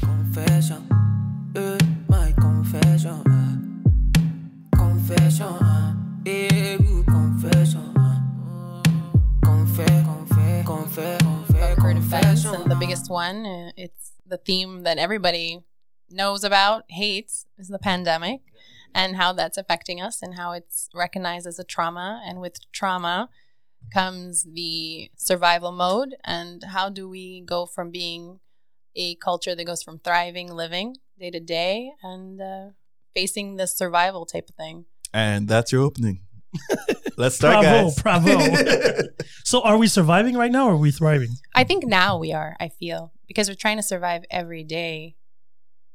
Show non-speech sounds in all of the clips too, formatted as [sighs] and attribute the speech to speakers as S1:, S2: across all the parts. S1: confession. Uh, my confession. Uh, confession. Uh, yeah, ooh, confession. Uh, confess, confess, confess, confess,
S2: Current offense
S1: confession. eh.
S2: and the biggest one. uh, It's the theme that everybody knows about, hates, is the pandemic and how that's affecting us and how it's recognized as a trauma. And with trauma comes the survival mode. And how do we go from being a culture that goes from thriving, living day to day, and uh, facing this survival type of thing?
S3: And that's your
S4: [laughs]
S3: opening. Let's start,
S4: Bravo,
S3: guys.
S4: bravo. so, are we surviving right now or are we thriving?
S2: I think now we are, I feel, because we're trying to survive every day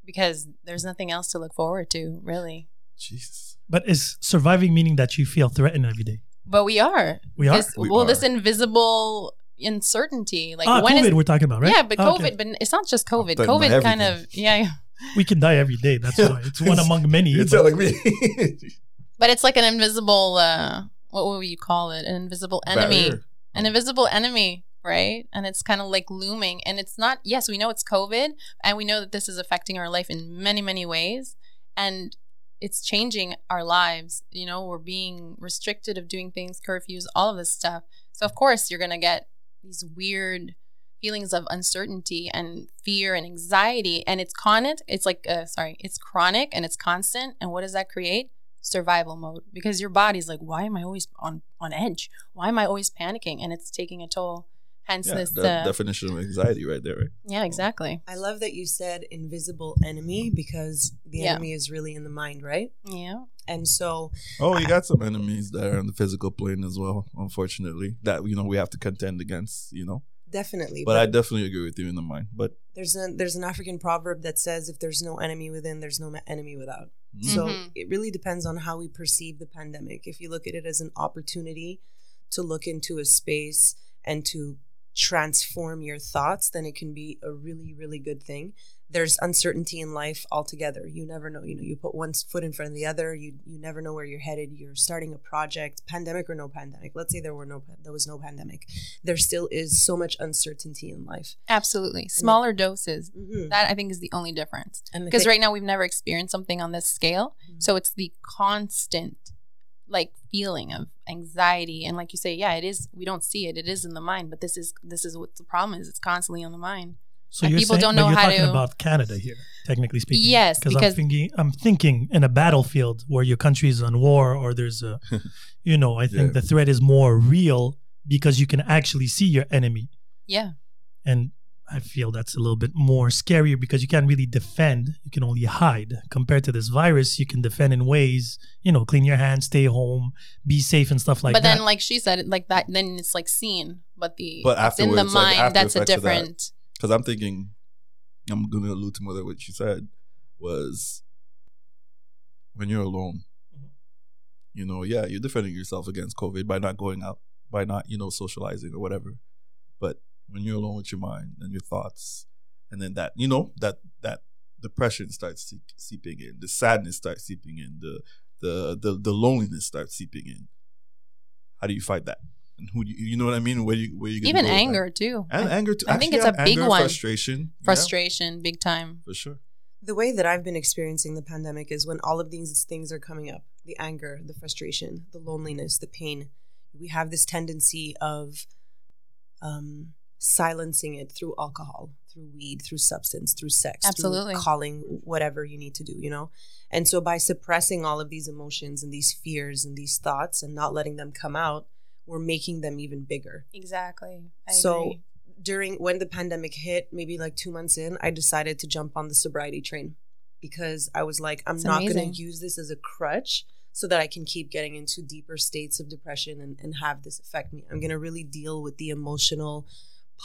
S2: because there's nothing else to look forward to, really.
S3: [laughs] Jesus.
S4: But is surviving meaning that you feel threatened every day?
S2: But we are.
S4: We are.
S2: This,
S3: We
S2: well,
S3: are.
S2: this invisible uncertainty. Like
S4: ah,
S2: when
S4: COVID
S2: is
S4: we're talking about, right?
S2: Yeah, but
S4: Ah,
S2: COVID,
S4: okay.
S2: but it's not just COVID.
S3: Talking about
S2: COVID kind
S3: everything.
S2: of yeah, yeah.
S4: we can die every day. That's why it's one among many.
S3: You're
S4: but- [laughs]
S3: telling me.
S2: But it's like an invisible uh what would you call it? An invisible enemy.
S3: Barrier.
S2: An invisible enemy, right? And it's kind of like looming and it's not yes, we know it's COVID and we know that this is affecting our life in many, many ways and it's changing our lives. You know, we're being restricted of doing things, curfews, all of this stuff. So of course you're gonna get these weird feelings of uncertainty and fear and anxiety and it's chronic it's like uh, sorry it's chronic and it's constant and what does that create survival mode because your body's like why am i always on on edge why am i always panicking and it's taking a toll hence
S3: Yeah,
S2: this
S3: the
S2: uh,
S3: definition of anxiety right there, right?
S2: yeah exactly
S5: I love that you said invisible enemy because the
S2: Yeah.
S5: enemy is really in the mind, right?
S2: yeah
S5: And so
S3: Oh, you got some enemies that are on the physical plane as well, unfortunately, that, you know, we have to contend against, you know?
S5: definitely,
S3: But I definitely agree with you in the mind. But
S5: there's a there's an African proverb that says if there's no enemy within, there's no ma- enemy without.
S3: mm,
S5: So
S2: Mhm.
S5: it really depends on how we perceive the pandemic. If you look at it as an opportunity to look into a space and to transform your thoughts, then it can be a really, really good thing. There's uncertainty in life altogether. You never know. You know, you put one foot in front of the other. You you never know where you're headed. You're starting a project, pandemic or no pandemic. Let's say there were no there was no pandemic. There still is so much uncertainty in life.
S2: absolutely smaller doses
S5: Mm-hmm.
S2: that i think is the only difference
S5: And the
S2: because
S5: thing-
S2: right now we've never experienced something on this scale
S5: Mhm.
S2: so it's the constant like feeling of anxiety and like you say yeah it is we don't see it it is in the mind but this is this is what the problem is it's constantly on the mind
S4: So
S2: And
S4: you're
S2: people
S4: saying,
S2: don't
S4: but
S2: know
S4: you're
S2: how
S4: talking
S2: to-
S4: about Canada here, technically speaking.
S2: Yes,
S4: I'm
S2: because-
S4: thinking, I'm thinking in a battlefield where your country's on war or there's a, you know, I think
S3: Yeah.
S4: the threat is more real because you can actually see your enemy,
S2: yeah
S4: and I feel that's a little bit more scarier because you can't really defend; you can only hide. Compared to this virus, you can defend in ways, you know, clean your hands, stay home, be safe, and stuff like
S2: but
S4: that.
S2: then like she said like that then it's like seen but the
S3: But
S2: it's in the
S3: afterwards, like,
S2: mind
S3: after
S2: that's a
S3: effects of that.
S2: different
S3: because I'm thinking, I'm going to allude to more than what she said was when you're alone,
S2: Mm-hmm.
S3: you know, yeah, you're defending yourself against COVID by not going out, by not, you know, socializing or whatever. But when you're alone with your mind and your thoughts, and then that, you know, that, that depression starts see- seeping in, the sadness starts seeping in, the, the, the, the loneliness starts seeping in. How do you fight that? And who do you, you know what I mean? Where you, where you gonna
S2: even
S3: go with that?
S2: anger too
S3: and
S2: I-
S3: anger too.
S2: I think
S3: Actually,
S2: it's a
S3: yeah,
S2: big
S3: anger,
S2: one.
S3: Frustration, yeah,
S2: frustration big time
S3: for sure.
S5: The way that I've been experiencing the pandemic is when all of these things are coming up the anger, the frustration, the loneliness, the pain. We have this tendency of um, silencing it through alcohol, through weed, through substance, through sex,
S2: Absolutely.
S5: through calling whatever you need to do, you know? And so by suppressing all of these emotions and these fears and these thoughts and not letting them come out, we're making them even bigger
S2: exactly
S5: so during when the pandemic hit, maybe like two months in, I decided to jump on the sobriety train because I was like, I'm
S2: It's
S5: not going
S2: amazing.
S5: to use this as a crutch so that I can keep getting into deeper states of depression and, and have this affect me. I'm going to really deal with the emotional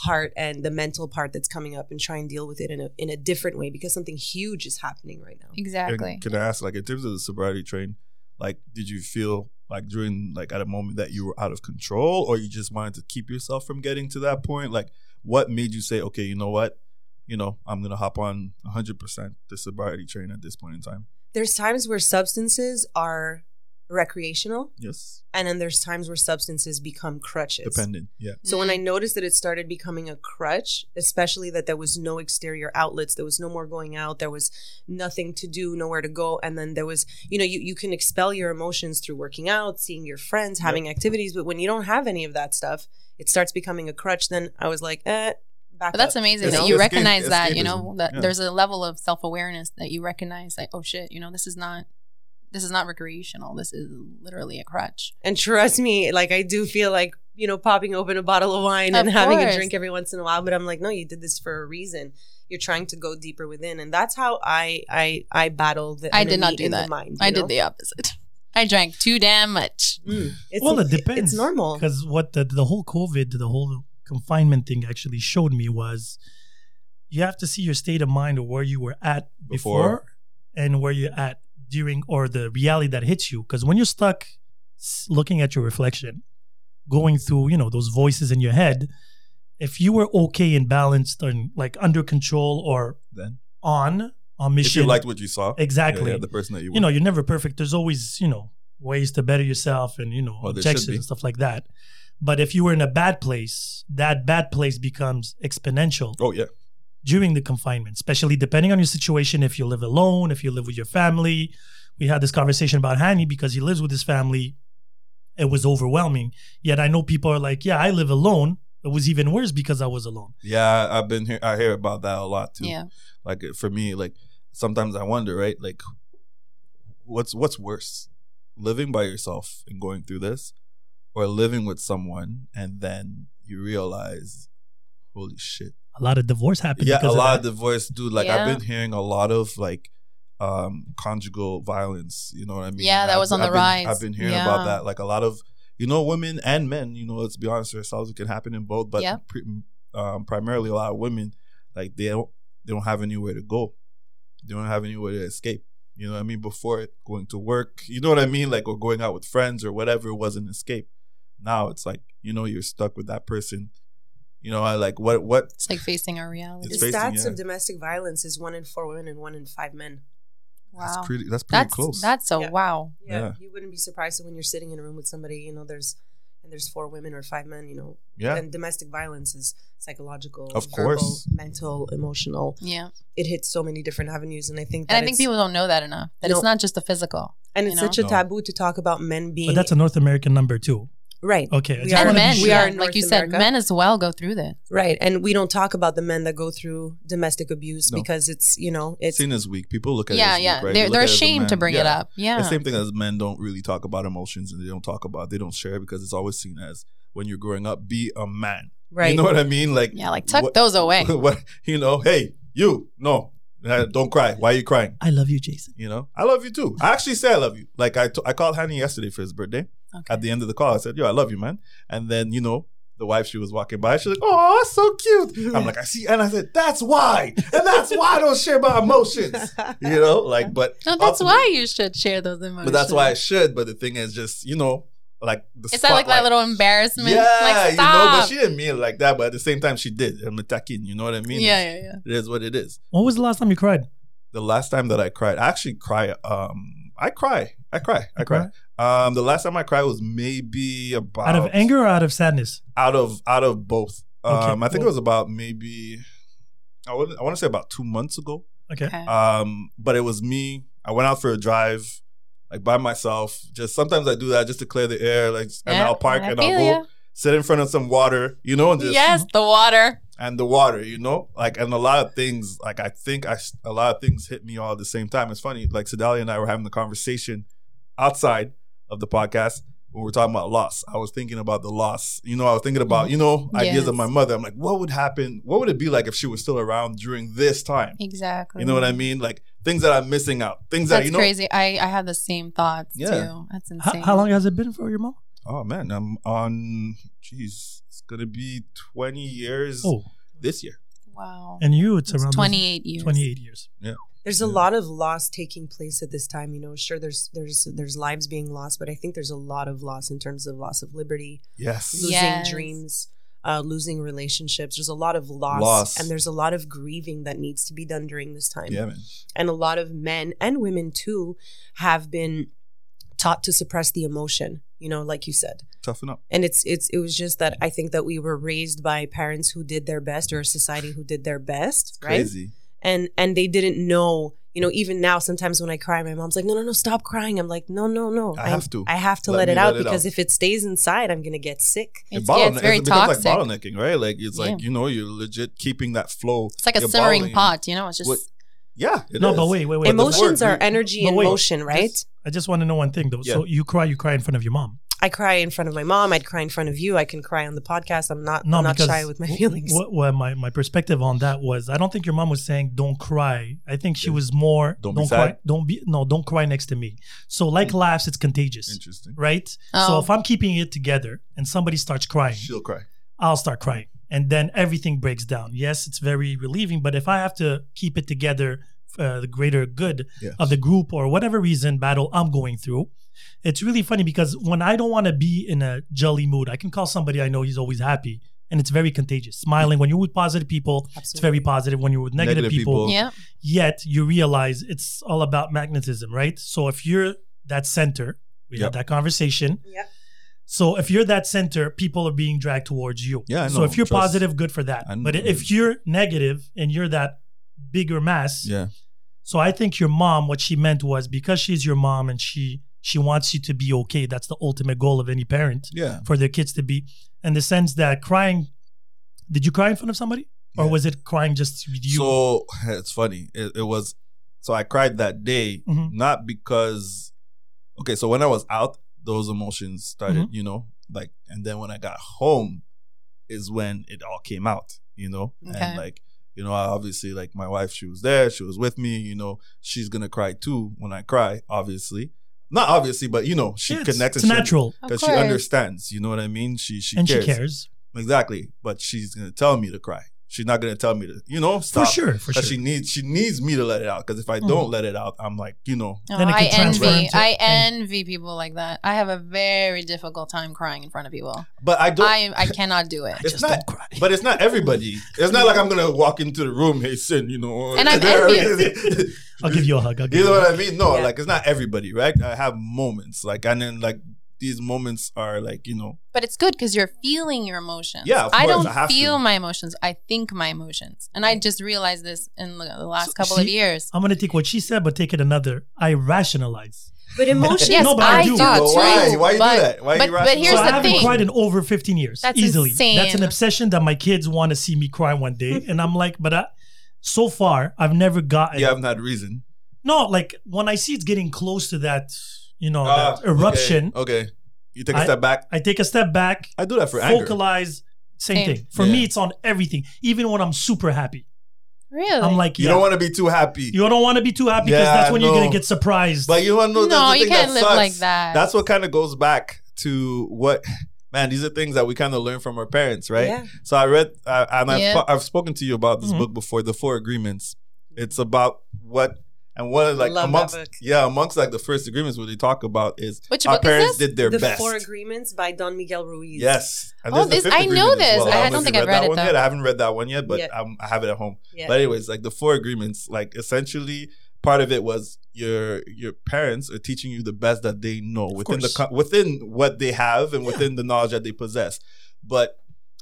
S5: part and the mental part that's coming up and try and deal with it in a, in a different way because something huge is happening right now.
S2: exactly
S3: And can I ask, like, in terms of the sobriety train, like, did you feel like during, like, at a moment that you were out of control, or you just wanted to keep yourself from getting to that point? Like, what made you say, okay, you know what, you know, I'm gonna hop on 100 percent the sobriety train at this point in time?
S5: there's times where substances are recreational,
S3: Yes.
S5: and then there's times where substances become crutches.
S3: Dependent. Yeah.
S5: So when I
S2: Mm-hmm.
S5: noticed that it started becoming a crutch, especially that there was no exterior outlets, there was no more going out, there was nothing to do, nowhere to go, and then there was, you know, you you can expel your emotions through working out, seeing your friends, having activities, but when you don't have any of that stuff, it starts becoming a crutch. Then I was like, eh, back.
S2: But that's
S5: up.
S2: amazing
S5: It's
S2: that you
S3: escape-
S2: recognize that, you know,
S3: escapism,
S2: that
S3: yeah.
S2: there's a level of self awareness that you recognize that, oh shit, you know, this is not this is not recreational. This is literally a crutch.
S5: And trust me, like I do feel like, you know, popping open a bottle of wine
S2: Of
S5: and having a
S2: course.
S5: drink every once in a while, but I'm like, no, you did this for a reason. You're trying to go deeper within, and that's how I I I battle the
S2: I did not
S5: enemy
S2: do
S5: in the
S2: that.
S5: mind,
S2: I
S5: you know?
S2: did the opposite. [laughs] I drank too damn much.
S5: Mm. It's,
S4: well, it depends.
S5: It's normal.
S4: Because what the, the whole COVID, the whole confinement thing actually showed me was you have to see your state of mind or where you were at before,
S3: Before.
S4: and where you're at during or the reality that hits you. Because when you're stuck s- looking at your reflection, going through, you know, those voices in your head, if you were okay and balanced and like under control or
S3: Then.
S4: on, on mission,
S3: If you liked what you saw. yeah,
S4: [laughs] exactly.
S3: yeah, the [laughs] person that you were.
S4: you know, you're never perfect. There's always, you know, ways to better yourself and, you know,
S3: Well, there should
S4: objections
S3: be.
S4: and stuff like that. But if you were in a bad place, that bad place becomes exponential
S3: oh, yeah.
S4: during the confinement, especially depending on your situation. If you live alone, if you live with your family, we had this conversation about Hani because he lives with his family. It was overwhelming. Yet I know people are like, yeah, I live alone. It was even worse because I was alone.
S3: Yeah. I've been here. I hear about that a lot too.
S2: Yeah.
S3: Like uh, for me, like sometimes I wonder, right? Like, what's what's worse, living by yourself and going through this, or living with someone and then you realize, holy shit,
S4: A lot of divorce happened.
S3: yeah, a
S4: because
S3: lot of
S4: that.
S3: divorce, dude. Like
S2: Yeah.
S3: I've been hearing a lot of like um conjugal violence. You know what I mean?
S2: Yeah, that
S3: I've-
S2: was on
S3: I've
S2: the
S3: been-
S2: rise.
S3: I've been hearing about
S2: Yeah.
S3: that. Like a lot of you know women and men. You know, let's be honest with ourselves. It can happen in both, but
S2: Yeah.
S3: pre- um, primarily a lot of women like they don't they don't have anywhere to go. They don't have anywhere to escape. You know what I mean? Before it, going to work, you know what I mean? Like, or going out with friends or whatever was an escape. Now it's like, you know, you're stuck with that person. You know, I like what, what,
S2: It's like facing our reality.
S5: The
S3: It's facing,
S5: stats
S3: yeah.
S5: of domestic violence is one in four women and one in five men.
S2: wow.
S3: that's pretty, that's pretty
S2: That's
S3: close.
S2: that's a
S5: Yeah.
S2: wow.
S5: Yeah,
S3: Yeah.
S5: you wouldn't be surprised when you're sitting in a room with somebody, you know, there's and there's four women or five men, you know.
S3: yeah.
S5: And domestic violence is psychological,
S3: Of
S5: verbal,
S3: course.
S5: mental, emotional.
S2: Yeah.
S5: It hits so many different avenues, and I think that
S2: And I think
S5: it's-
S2: people don't know that enough. That
S5: No.
S2: it's not just the physical.
S5: and
S2: you
S5: it's
S2: know?
S5: such a
S3: No.
S5: taboo to talk about men being
S4: But that's a North American number too.
S5: right.
S4: Okay. I
S5: We
S4: just
S5: are-
S2: and
S4: wanna be
S2: men,
S5: we
S4: sure.
S5: are in
S2: like you
S5: North
S2: said,
S5: America.
S2: men as well go through this.
S5: Right, and we don't talk about the men that go through domestic abuse
S3: No.
S5: because it's you know it's
S3: seen as weak. People look at it
S2: Yeah,
S3: as
S2: yeah.
S3: weak, right? They
S2: They're
S3: look
S2: they're
S3: at it as a
S2: ashamed to
S3: man.
S2: bring it
S3: Yeah.
S2: up. Yeah.
S3: The same thing as men don't really talk about emotions and they don't talk about, they don't share because it's always seen as when you're growing up, be a man.
S5: right. [laughs]
S3: You know what I mean? Like, [laughs]
S2: yeah, like tuck
S3: what-
S2: those away.
S3: what, you know, hey, you, no, Uh, don't cry. Why are you crying?
S4: I love you, Jason.
S3: You know, I love you too. I actually say I love you. Like I, t- I called Hani yesterday for his birthday.
S2: Okay.
S3: At the end of the call, I said, "Yo, I love you, man." And then you know, the wife she was walking by, she's like, "Oh, so cute." I'm like, I see, and I said, "That's why," and that's why I don't share my emotions. You know, like, but
S2: No, that's
S3: ultimately-
S2: why you should share those emotions.
S3: But that's why I should. But the thing is, just you know, like the
S2: It's that like that
S3: spotlight.
S2: little embarrassment.
S3: Yeah,
S2: like
S3: you know, but
S2: stop.
S3: she didn't mean it like that. But at the same time, she did. I'm attacking. You know what I mean?
S2: yeah, yeah, yeah.
S3: it is what it is.
S4: When was the last time you cried?
S3: the last time that I cried, I actually cry. Um, I cry. I cry. I
S4: You
S3: cry. Um, the last time I cried was maybe about
S4: Out of anger or out of sadness?
S3: out of out of both. Um,
S4: Okay,
S3: I think it
S4: cool.
S3: was about maybe I would I want to say about two months ago.
S4: Okay.
S2: Okay.
S3: Um, but it was me. I went out for a drive, like by myself. Just sometimes I do that just to clear the air. Like, and
S2: Yeah,
S3: I'll park
S2: I
S3: and I'll
S2: feel
S3: go
S2: ya.
S3: sit in front of some water, you know, and just
S2: yes, the water.
S3: and the water, you know, like and a lot of things. Like I think I a lot of things hit me all at the same time. It's funny. Like Sedalia and I were having the conversation outside of the podcast when we were talking about loss. I was thinking about the loss. You know, I was thinking about you know ideas of
S2: Mm-hmm. Yes.
S3: my mother. I'm like, what would happen? What would it be like if she was still around during this time?
S2: Exactly.
S3: You know what I mean? Like things that I'm missing out. Things that
S2: That's
S3: you know.
S2: crazy. I I had the same thoughts
S3: Yeah.
S2: too. That's
S4: How,
S2: insane.
S4: how long has it been for your mom?
S3: Oh man, I'm on. Jeez, it's gonna be 20 years
S4: Oh,
S3: this year.
S2: Wow.
S4: and you, it's,
S2: It's
S4: around
S2: 28 years.
S4: 28 years.
S5: There's a
S3: Yeah.
S5: lot of loss taking place at this time, you know. Sure, there's there's there's lives being lost, but I think there's a lot of loss in terms of loss of liberty,
S3: Yes.
S5: losing
S2: Yes.
S5: dreams, uh, losing relationships. There's a lot of loss,
S3: Loss.
S5: and there's a lot of grieving that needs to be done during this time.
S3: Yeah, man.
S5: And a lot of men and women too have been taught to suppress the emotion, you know, like you said.
S3: Toughen up.
S5: And it's it's it was just that I think that we were raised by parents who did their best or a society who did their best, right?
S3: Crazy.
S5: and and they didn't know you know even now sometimes when i cry my mom's like no no no stop crying i'm like no no no
S3: I
S5: I'm-
S3: have to.
S5: i have to
S3: Let
S5: let,
S3: me
S5: it out
S3: let it
S5: because
S3: out.
S5: if it stays inside i'm gonna get sick
S2: It's,
S3: bottleneck-
S2: yeah, it's very
S3: it becomes
S2: toxic.
S3: like bottlenecking, right? Like it's like
S2: Yeah.
S3: you know you're legit keeping that flow.
S2: it's like a
S3: You're
S2: simmering
S3: bottling-
S2: pot, you know? It's just.
S3: What- Yeah. it
S4: no,
S3: is.
S4: but wait, wait, wait.
S3: But the
S5: emotions
S3: word-
S5: are energy
S4: But
S5: and
S4: wait,
S5: motion right
S4: I just want to know one thing though. So you cry, you cry in front of your mom.
S5: i cry in front of my mom i'd cry in front of you i can cry on the podcast i'm not
S4: No,
S5: I'm not
S4: because
S5: shy with my
S4: wh-
S5: feelings
S4: What, what my, my perspective on that was, I don't think your mom was saying don't cry. I think she
S3: Yeah.
S4: was more
S3: Don't
S4: don't,
S3: be
S4: cry,
S3: sad. Mm.
S4: don't be no, don't cry next to me. So like laughs, it's contagious,
S3: Interesting.
S4: right?
S2: Oh.
S4: So if I'm keeping it together and somebody starts crying,
S3: She'll cry.
S4: I'll start crying, and then everything breaks down. Yes, it's very relieving, but if I have to keep it together, uh, the greater good
S3: Yeah.
S4: of the group or whatever reason battle I'm going through. It's really funny because when I don't want to be in a jolly mood, I can call somebody I know he's always happy and it's very contagious. Smiling when you're with positive people, it's very
S5: Absolutely.
S4: positive. When you're with negative,
S3: Negative
S4: people,
S3: people.
S2: yeah.
S4: yet you realize it's all about magnetism, right? So if you're that center, we
S3: Yep.
S4: had that conversation.
S5: Yep.
S4: So if you're that center, people are being dragged towards you.
S3: Yeah, I
S4: So
S3: know.
S4: if you're
S3: Trust.
S4: positive, good for that.
S3: I know.
S4: But if you're negative and you're that bigger mass,
S3: Yeah.
S4: so I think your mom, what she meant was because she's your mom and she she wants you to be okay. That's the ultimate goal of any parent
S3: Yeah.
S4: for their kids to be. In the sense that crying, did you cry in front of somebody, or
S3: Yeah.
S4: was it crying just with you?
S3: So [laughs] it's funny. It, it was so I cried that day,
S4: Mhm.
S3: not because okay, so when I was out, those emotions started,
S4: Mm-hmm.
S3: you know, like and then when I got home is when it all came out, you know?
S2: Okay.
S3: And like, you know, I obviously like my wife, she was there, she was with me, you know, she's gonna cry too when I cry, obviously. Not obviously, but you know, she
S4: Yeah, it's-
S3: connects
S4: It's
S3: and she-
S4: natural,
S2: Of
S3: Because she
S2: course.
S3: understands, you know what I mean? She she
S4: and
S3: cares.
S4: she cares
S3: Exactly. But she's gonna tell me to cry. She's not gonna tell me to, you know,
S4: for
S3: stop.
S4: sure. For sure. Mm-hmm.
S3: But she needs she needs me to let it out because if I don't let it out, I'm like you know
S2: Oh,
S4: Then it
S2: I
S4: could transfer
S2: envy.
S4: into-
S2: I
S4: Mm.
S2: envy people like that. I have a very difficult time crying in front of people.
S3: but I don't
S2: I I cannot do it.
S3: it's
S4: just
S3: not
S4: don't cry.
S3: but it's not everybody it's not like I'm gonna walk into the room hey sin you know
S2: And I'm envious.
S4: I'll give you a hug. I'll
S3: [laughs]
S4: give
S3: you know
S4: you a hug.
S3: what I mean no
S5: Yeah.
S3: like it's not everybody right I have moments like and then like these moments are like you know
S2: But it's good because you're feeling your emotions.
S3: Yeah, of
S2: I
S3: course,
S2: don't
S3: I have
S2: feel
S3: to.
S2: my emotions. I think my emotions, and I just realized this in the the last
S4: So,
S2: couple
S4: see-
S2: of years.
S4: I'm gonna take what she said, but take it another. I rationalize.
S5: but
S3: Oh,
S5: emotion
S2: Yes,
S4: No, but I
S2: I
S4: do.
S2: do.
S3: But why?
S2: too,
S3: Why you do
S2: but-
S3: that? Why you
S2: but, but
S3: rationalize?
S2: here's
S4: so I
S2: the
S4: haven't
S2: thing.
S4: cried in over 15 years.
S2: That's
S4: easily.
S2: insane.
S4: That's an obsession that my kids want to see me cry one
S2: [laughs]
S4: day, and I'm like, but I, so far I've never gotten.
S3: you haven't had reason
S4: No, like when I see it's getting close to that, you know,
S3: Ah,
S4: Oh, that eruption,
S3: okay, okay. you take a
S4: I-
S3: step back
S4: I take a step back,
S3: I do that for anger
S4: focalize. Same
S2: Same.
S4: thing. For
S3: Yeah.
S4: me, it's on everything. Even when I'm super happy,
S2: really?
S4: I'm like,
S3: you
S4: yeah,
S3: don't want to be too happy
S4: you don't want to be too happy because
S3: Yeah,
S4: that's when you're
S3: no.
S4: gonna get surprised.
S3: But you want to know
S2: No,
S3: that's the
S2: you
S3: thing
S2: can't
S3: that
S2: live
S3: sucks.
S2: like that.
S3: That's what kind of goes back to what man. These are things that we kind of learn from our parents, [laughs] right?
S5: Yeah.
S3: So I read uh, and I've,
S2: Yeah.
S3: fu- I've spoken to you about this
S5: Mm-hmm.
S4: Mhm.
S3: book before, The Four Agreements. It's about what and one of like
S5: Love that
S3: amongst
S5: book.
S3: yeah amongst like the first agreements what they talk about is
S2: Which
S3: our
S2: book is
S3: parents
S2: this?
S3: did their
S5: the
S3: best.
S5: four agreements by don miguel ruiz
S3: Yes. And
S2: Oh,
S3: there's the
S2: this-
S3: fifth
S2: I know
S3: agreement as
S2: this.
S3: well.
S2: I
S3: don't know
S2: don't
S3: if
S2: think
S3: you
S2: I've
S3: that
S2: read it,
S3: one
S2: though.
S3: yet. I haven't read that one yet, but
S5: Yeah.
S3: um, I have it at home.
S5: yeah.
S3: But anyways, like the four agreements, like essentially part of it was your your parents are teaching you the best that they know within the
S4: course.
S3: co- within what they have and within the knowledge that they possess. But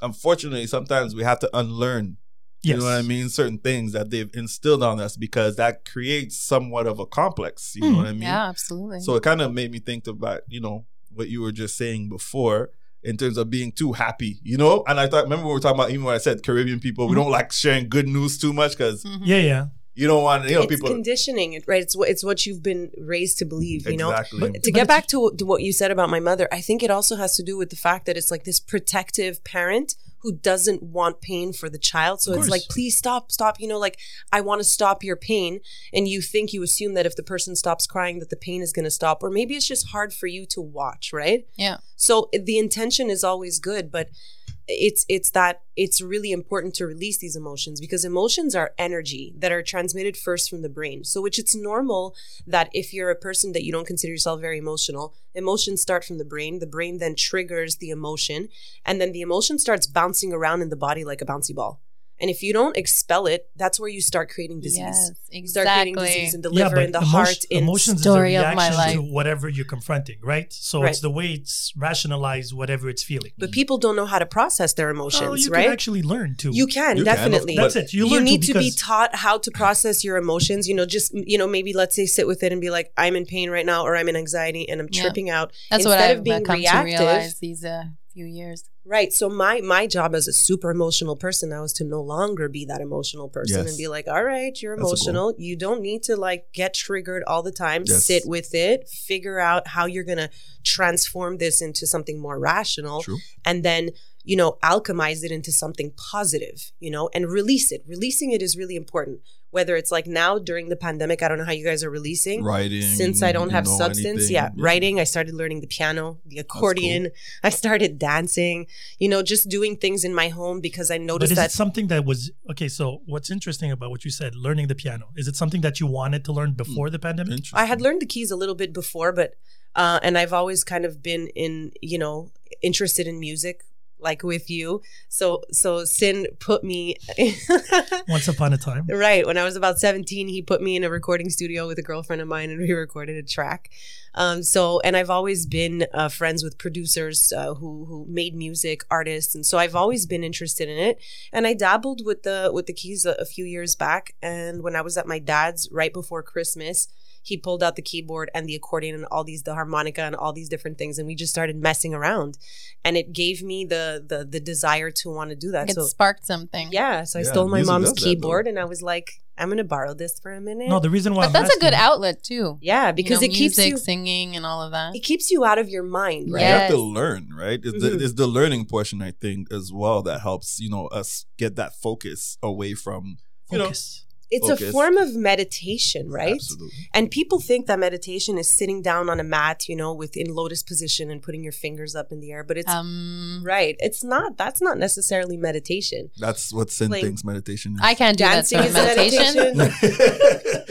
S3: unfortunately, sometimes we have to unlearn,
S4: yes.
S3: you know what I mean, certain things that they've instilled on us because that creates somewhat of a complex, you know
S4: Mhm.
S3: what I mean?
S2: yeah, absolutely.
S3: So it kind of made me think about, you know, what you were just saying before in terms of being too happy, you know? And I thought, remember we were talking about, even when I said Caribbean people, we
S4: Mhm.
S3: don't like sharing good news too much because
S2: Mhm.
S4: Yeah, yeah.
S3: you don't want, you know,
S5: it's
S3: people.
S5: conditioning right it's what it's what you've been raised to believe you know
S3: exactly.
S4: But-
S5: to
S4: it's-
S5: get back to, to what you said about my mother, I think it also has to do with the fact that it's like this protective parent who doesn't want pain for the child. So
S4: Of
S5: it's
S4: course.
S5: like, please stop, stop. You know, like I want to stop your pain, and you think you assume that if the person stops crying, that the pain is going to stop, or maybe it's just hard for you to watch, right?
S2: yeah.
S5: So the intention is always good, but it's it's that it's really important to release these emotions because emotions are energy that are transmitted first from the brain. So which it's normal that if you're a person that you don't consider yourself very emotional, emotions start from the brain, the brain then triggers the emotion, and then the emotion starts bouncing around in the body like a bouncy ball. And if you don't expel it, that's where you start creating disease.
S2: Yes,
S5: You start creating
S2: exactly.
S5: disease in the liver, in the
S4: emotion-
S5: heart, in
S4: emotions
S2: Story
S4: is
S2: of
S4: a
S2: my
S4: reaction to
S2: life.
S4: whatever you're confronting, right? So it's
S5: Right.
S4: the way it's rationalized whatever it's feeling.
S5: But people don't know how to process their emotions,
S4: Well, Oh, you
S5: right?
S4: can actually learn to.
S3: You
S5: you can
S3: can, of
S5: definitely.
S3: course.
S4: That's it. You,
S5: you,
S4: learn
S5: need
S4: to,
S5: to,
S4: because
S5: be taught how to process your emotions you know just you know maybe let's say sit with it and be like i'm in pain right now or i'm in anxiety and i'm
S2: Yeah.
S5: tripping out
S2: That's
S5: instead
S2: what I've
S5: of being
S2: uh, come
S5: reactive
S2: to realize these uh, few years.
S5: right so my my job as a super emotional person now is to no longer be that emotional person
S3: Yes.
S5: and be like all right you're
S3: That's a goal.
S5: emotional you don't need to like get triggered all the time
S3: Yes.
S5: sit with it figure out how you're gonna transform this into something more rational
S3: True.
S5: and then you know alchemize it into something positive you know and release it releasing it is really important whether it's like now during the pandemic i don't know how you guys are releasing
S3: Writing.
S5: since i don't
S3: you
S5: have
S3: know,
S5: substance
S3: anything.
S5: yeah, writing i started learning the piano the
S3: cool.
S5: accordion i started dancing you know just doing things in my home because i
S4: But
S5: noticed
S4: is
S5: that
S4: it something that was okay? So what's interesting about what you said, learning the piano, is it something that you wanted to learn before the pandemic?
S3: Interesting.
S5: I had learned the keys a little bit before, but uh, and I've always kind of been in, you know, interested in music, like with you. So so Sin put
S3: [laughs]
S5: me [laughs]
S4: Once upon a time,
S5: Mm. right when I was about seventeen. He put me in a recording studio with a girlfriend of mine, and we [laughs] recorded a track. Um, so and I've always been uh, friends with producers uh, who who made music, artists, and so I've always been interested in it. And I dabbled with the with the keys a, a few years back. And when I was at my dad's right before Christmas, he pulled out the keyboard and the accordion and all these the harmonica and all these different things, and we just started messing around. And it gave me the the the desire to want to do that.
S2: It
S5: so
S2: sparked something.
S5: yeah, so I
S3: Yeah,
S5: stole my
S3: music
S5: mom's
S3: does that, though.
S5: keyboard and I was like, I'm gonna borrow this for a minute.
S4: no. The reason why
S2: But
S4: I'm
S2: that's a good
S4: asking-
S2: outlet too.
S5: yeah, because
S2: you know,
S5: it keeps
S2: music,
S5: you
S2: singing and all of that.
S5: it keeps you out of your mind, right?
S3: You have to
S2: Yes.
S3: learn, right? It's,
S5: Mhm.
S3: the, it's the learning portion, I think, as well that helps you know us get that focus away from you know
S4: Focus.
S5: It's a
S3: Focus.
S5: form of meditation, right?
S3: Absolutely.
S5: And people think that meditation is sitting down on a mat, you know, with in lotus position and putting your fingers up in the air. But it's
S2: Um,
S5: right. It's not that's not necessarily meditation.
S3: That's what Sin
S5: Like,
S3: thinks meditation is. [laughs]
S2: I can't do
S5: Dancing
S2: that
S5: is
S2: sort of meditation.
S5: meditation. [laughs]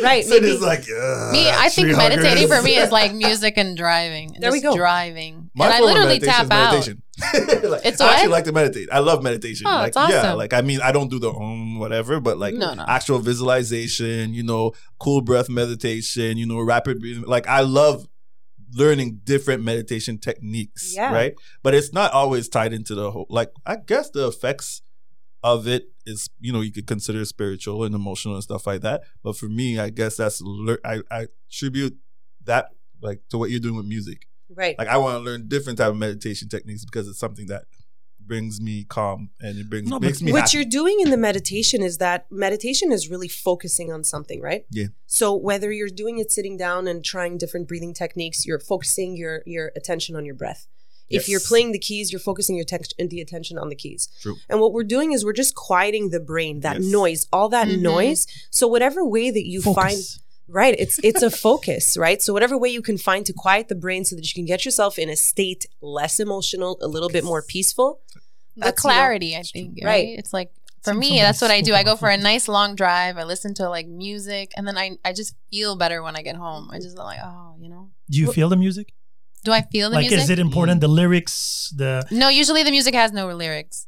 S5: Right,
S3: Sin
S5: maybe-
S3: is like, "Ugh,
S2: Me,
S4: Uh,
S2: I think
S3: tree huggers."
S2: meditating for me is
S4: [laughs]
S2: like music and driving.
S5: There we
S2: Just
S5: go.
S2: Driving.
S3: My
S2: and I
S3: form of
S2: literally
S3: meditation
S2: tap
S3: is
S2: out.
S3: meditation. [laughs] like,
S2: It's
S3: I actually
S2: what?
S3: like to meditate. I love meditation.
S2: Oh,
S3: like,
S2: it's
S3: Yeah,
S2: awesome.
S3: like I mean, I don't do the um whatever, but like
S2: No, no.
S3: actual visualization, you know, cool breath meditation, you know, rapid breathing. Like I love learning different meditation techniques,
S5: Yeah.
S3: right? But it's not always tied into the whole. Like I guess the effects of it is, you know, you could consider spiritual and emotional and stuff like that. But for me, I guess that's lear- I, I attribute that like to what you're doing with music.
S5: Right.
S3: Like I want to learn different type of meditation techniques because it's something that brings me calm and it brings
S4: No, but-
S3: makes me
S5: what
S3: happy.
S5: you're doing in the meditation is that meditation is really focusing on something right
S3: Yeah.
S5: so whether you're doing it sitting down and trying different breathing techniques you're focusing your your attention on your breath if you're
S3: Yes.
S5: playing the keys you're focusing your text and the attention on the keys
S3: True.
S5: and what we're doing is we're just quieting the brain that
S3: Yes.
S5: noise all that
S2: Mhm.
S5: noise so whatever way that you find
S4: Focus.
S5: Right. It's it's a focus, right? So whatever way you can find to quiet the brain so that you can get yourself in a state less emotional, a little bit more peaceful.
S2: The
S5: That's, you know,
S2: clarity, I think. Right.
S5: Right.
S2: It's like for
S4: Seems
S2: me,
S4: something
S2: that's what I do. I go
S5: [laughs]
S2: for a
S4: super-
S2: nice long drive. I listen to like music, and then I I just feel better when I get home. I just like oh, you know.
S4: Do you
S2: What-
S4: feel the music?
S2: Do I feel the
S4: like,
S2: music?
S4: is it important? The lyrics, the
S2: no, usually the music has no lyrics.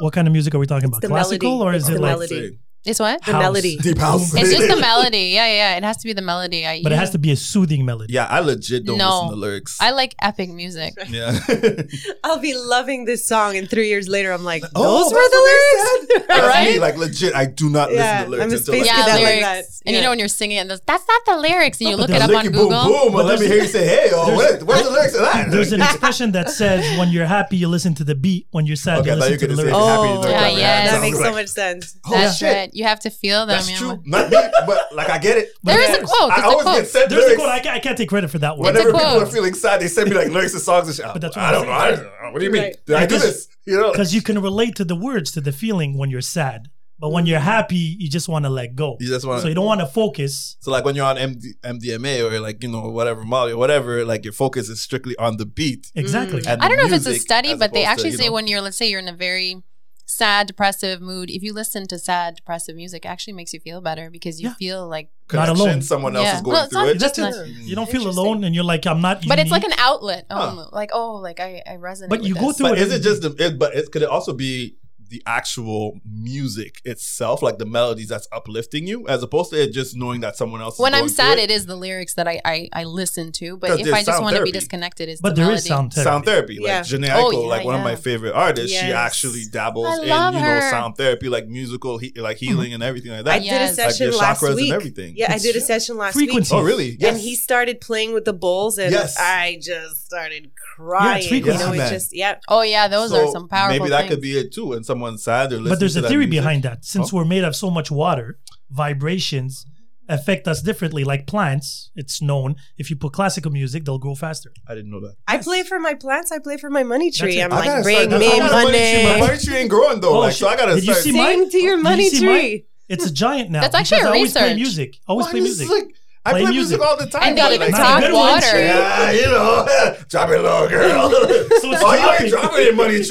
S4: what kind of music are we talking about?
S5: the
S4: Classical
S5: melody.
S4: or
S5: It's
S4: is
S5: the
S4: it like
S5: melody.
S2: It's
S4: [laughs]
S2: what?
S5: The
S4: house?
S5: melody.
S3: Deep house.
S2: It's just the melody. Yeah, yeah. yeah. It has to be the melody. I
S4: But it has to be a soothing melody.
S3: Yeah, I legit don't
S2: No.
S3: listen to lyrics.
S2: I like epic music. [laughs]
S3: yeah. [laughs]
S5: I'll be loving this song, and three years later, I'm like, those
S3: Oh,
S5: were the lyrics,
S3: That's
S5: right?
S3: me, like legit, I do not
S5: Yeah,
S3: listen to lyrics
S5: I'm a
S3: until
S5: space
S3: like,
S5: cadet
S2: Yeah,
S5: that
S2: lyrics.
S5: like that.
S2: And you
S5: Yeah.
S2: know when you're singing, and that's that's not the lyrics, and you
S4: No,
S2: look
S4: but
S2: it up
S4: the
S2: on
S3: licky boom
S2: Google.
S3: boom.
S4: But
S3: Or let me
S4: there's-
S3: hear you say hey. oh, Or
S4: there's-
S3: where, where's the lyrics of that?
S4: [laughs]
S3: [laughs]
S4: There's an expression that says when you're happy, you listen to the beat. When you're sad,
S3: okay,
S4: you
S3: I thought
S4: listen
S3: you
S4: to
S3: could
S4: the
S5: [laughs]
S3: just say
S4: lyrics.
S5: lyrics.
S3: happy.
S5: Oh,
S3: to
S2: yeah,
S3: Dr.
S2: yeah.
S3: Adams.
S5: That
S3: I
S5: makes
S3: was
S5: so
S3: like,
S5: much sense.
S3: "Holy
S2: That's
S3: Oh, shit,
S2: right. You have to feel them.
S3: That's
S2: you
S3: true.
S2: know.
S3: Not me, but like I get it.
S4: But
S2: There is a
S4: there's-
S2: quote.
S3: I
S2: There's a
S3: always
S2: quote.
S3: get sent
S4: There's a
S3: lyrics.
S4: quote. I, ca- I can't take credit for that one.
S3: Whenever people
S2: quote.
S3: are feeling sad, they send me like lyrics to songs and shit.
S4: But that's what
S3: I
S4: I'm
S3: don't know. I don't know. What do you mean?
S5: Right.
S3: Did I do
S4: Because-
S3: this? You
S4: [laughs]
S3: know?
S4: Because you can relate to the words, to the feeling when you're sad. But when you're happy, you just want to let go.
S3: You just wanna-
S4: so you don't want to focus.
S3: So like when you're on MD, MDMA or like you know whatever Molly or whatever, like your focus is strictly on the beat.
S4: Exactly.
S3: And
S2: I don't
S3: the
S2: know if it's a
S3: music
S2: study,
S3: as
S2: but they
S3: opposed to,
S2: actually
S3: you
S2: say
S3: know-
S2: when you're, let's say, you're in a very sad, depressive mood, if you listen to sad, depressive music, it actually makes you feel better because you
S4: Yeah.
S2: feel like.
S4: Not
S3: connection,
S4: alone.
S3: Someone else
S2: Yeah.
S3: is going
S2: No, it's
S3: through
S2: not
S3: it.
S2: just
S4: That's it.
S2: not-
S4: You don't feel
S5: Interesting.
S4: alone, and you're like, I'm not.
S2: But it's like
S4: unique.
S2: an outlet.
S3: Huh.
S2: Oh, like oh, like I, I resonate.
S4: But
S2: with
S4: you go
S2: this.
S4: through
S3: But
S4: it.
S3: is it just the? It, but it could it also be the actual music itself, like the melodies that's uplifting you, as opposed to it just knowing that someone else.
S2: When
S3: is
S2: I'm
S3: going
S2: sad,
S3: through
S2: it is the lyrics that I I, I listen to.
S3: 'Cause
S2: But if
S3: there's
S2: I just
S3: sound
S2: want to be
S3: therapy.
S2: disconnected, it's
S4: But
S2: the
S4: there
S2: melody.
S4: is sound therapy.
S3: sound therapy,
S5: Yeah.
S3: like Janaiko,
S2: Oh, yeah,
S3: like one of my
S2: yeah.
S3: favorite artists. She
S5: Yes.
S3: actually dabbles
S2: I
S3: in you
S2: love
S3: know
S2: her.
S3: sound therapy, like musical he- like
S4: Mm-hmm.
S3: healing and everything like
S5: I
S3: that.
S5: did
S2: Yes.
S5: a
S2: Like
S5: session
S3: your
S5: last
S3: chakras and
S5: week.
S3: everything.
S5: Yeah, I
S3: It's
S5: did a
S3: true.
S5: session last
S4: Frequency.
S5: week.
S3: oh really? Yes.
S5: And he started playing with the bowls, and
S3: Yes.
S5: I just started crying. you
S4: frequency.
S5: know,
S3: Yeah,
S5: it
S3: man.
S5: just yeah.
S2: Oh yeah, those
S3: So
S2: are some powerful.
S3: Maybe that
S2: things.
S3: could be it too. And someone's sad or
S4: but there's a theory behind
S3: that.
S4: that. Since
S3: Oh.
S4: we're made of so much water, vibrations affect us differently. Like plants, it's known if you put classical music, they'll grow faster.
S3: I didn't know that.
S5: I play for my plants. I play for my money tree.
S4: it.
S5: I'm
S4: I
S5: like,
S3: gotta
S5: bring
S3: start-
S5: me
S3: I gotta money tree. My
S5: money.
S3: money tree ain't growing though.
S4: Oh,
S3: like, so
S4: shit.
S3: I gotta
S4: Did you
S3: start. [laughs]
S4: see
S5: Sing
S4: Mine?
S5: to your
S4: Did you
S5: money
S4: see mine?
S5: tree.
S4: It's a giant now.
S2: That's
S4: because
S2: actually
S4: I always play
S2: research.
S4: music. Always
S3: Why
S4: play
S3: this
S4: music.
S3: is Like, I
S4: Play
S3: play music.
S4: music.
S3: all the time.
S2: And don't even
S4: Not
S2: talk
S4: good ones.
S2: water.
S3: Yeah, you know, [laughs] drop it low, girl.
S4: [laughs] So it's
S3: oh, you
S4: dropping.
S3: ain't dropping it, money [laughs]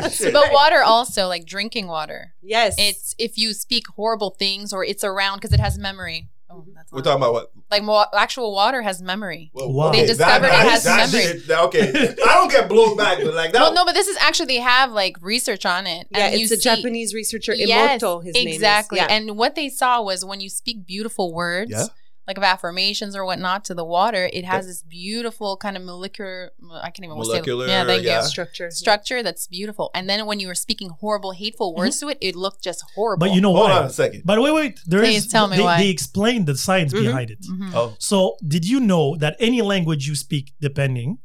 S3: tree. Shit.
S2: But water also, like drinking water.
S5: Yes.
S2: It's if you speak horrible things or it's around because it has memory. Oh,
S5: Mm-hmm.
S2: that's
S3: We're
S2: loud.
S3: talking about what?
S2: like mo- actual water has memory.
S3: Whoa,
S4: Wow. They
S2: discovered it has
S3: that
S2: memory.
S3: shit- that- okay, I don't get blown back, but like that.
S2: Well, no, but this is actually they have like research on it.
S5: yeah,
S2: and
S5: it's
S2: you
S5: a
S2: see-
S5: Japanese researcher,
S2: Yes,
S5: Imoto, his name is.
S2: exactly.
S5: Yeah.
S2: And what they saw was when you speak beautiful words,
S3: Yeah.
S2: like of affirmations or whatnot to the water, it has this beautiful kind of molecular. I can't even
S3: Molecular,
S2: say. Yeah, thank
S3: yeah.
S2: you.
S5: structure.
S2: Structure that's beautiful, and then when you were speaking horrible, hateful words to it, it looked just horrible.
S4: But you know
S3: Hold
S4: why?
S3: on a second.
S4: But wait, wait. There is.
S2: Please tell me
S4: they,
S2: why.
S4: they explain the science
S5: Mhm.
S4: behind it.
S2: Mhm.
S3: Oh,
S4: So, did you know that any language you speak, depending,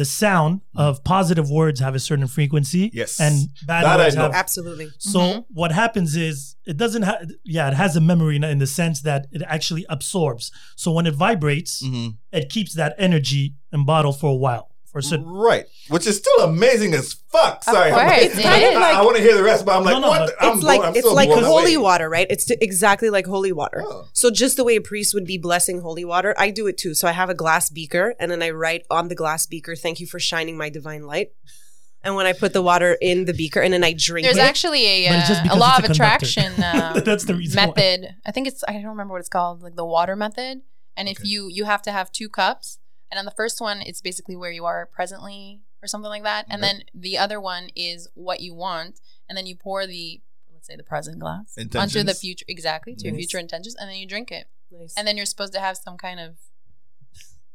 S4: the sound of positive words have a certain frequency?
S3: Yes.
S4: And bad
S3: That I
S4: words
S3: know.
S4: have.
S5: Absolutely.
S4: So
S2: Mhm.
S4: what happens is it doesn't have. Yeah, it has a memory in- in the sense that it actually absorbs. So when it vibrates,
S3: mhm.
S4: it keeps that energy embottled for a while. For a certain.
S3: right, which is still amazing as fuck.
S2: Of
S3: Sorry, I'm
S2: course,
S3: like-
S2: it is.
S3: I, want to hear the rest, but I'm like,
S4: No, no,
S3: what?
S4: but
S3: I'm
S5: it's
S3: blown-
S5: like
S3: I'm
S5: it's
S3: still
S5: like
S3: blown
S5: holy
S3: away.
S5: water, right? It's t- exactly like holy water.
S3: Oh.
S5: So just the way a priest would be blessing holy water, I do it too. So I have a glass beaker, and then I write on the glass beaker, "Thank you for shining my divine light." And when I put the water in the beaker, and then I drink
S2: There's
S5: it.
S2: actually a,
S4: But it's
S2: uh,
S4: just
S2: a
S4: because
S2: law
S4: it's
S2: of
S4: a conductor.
S2: attraction um,
S4: That's the reason why.
S2: method. I think it's I don't remember what it's called, like the water method. And if
S3: Okay.
S2: you you have to have two cups, and on the first one it's basically where you are presently or something like that, and
S3: Okay.
S2: then the other one is what you want, and then you pour the let's say the present glass onto the
S3: Intentions.
S2: future exactly to your
S5: Nice.
S2: future intentions, and then you drink it,
S5: Nice.
S2: and then you're supposed to have some kind of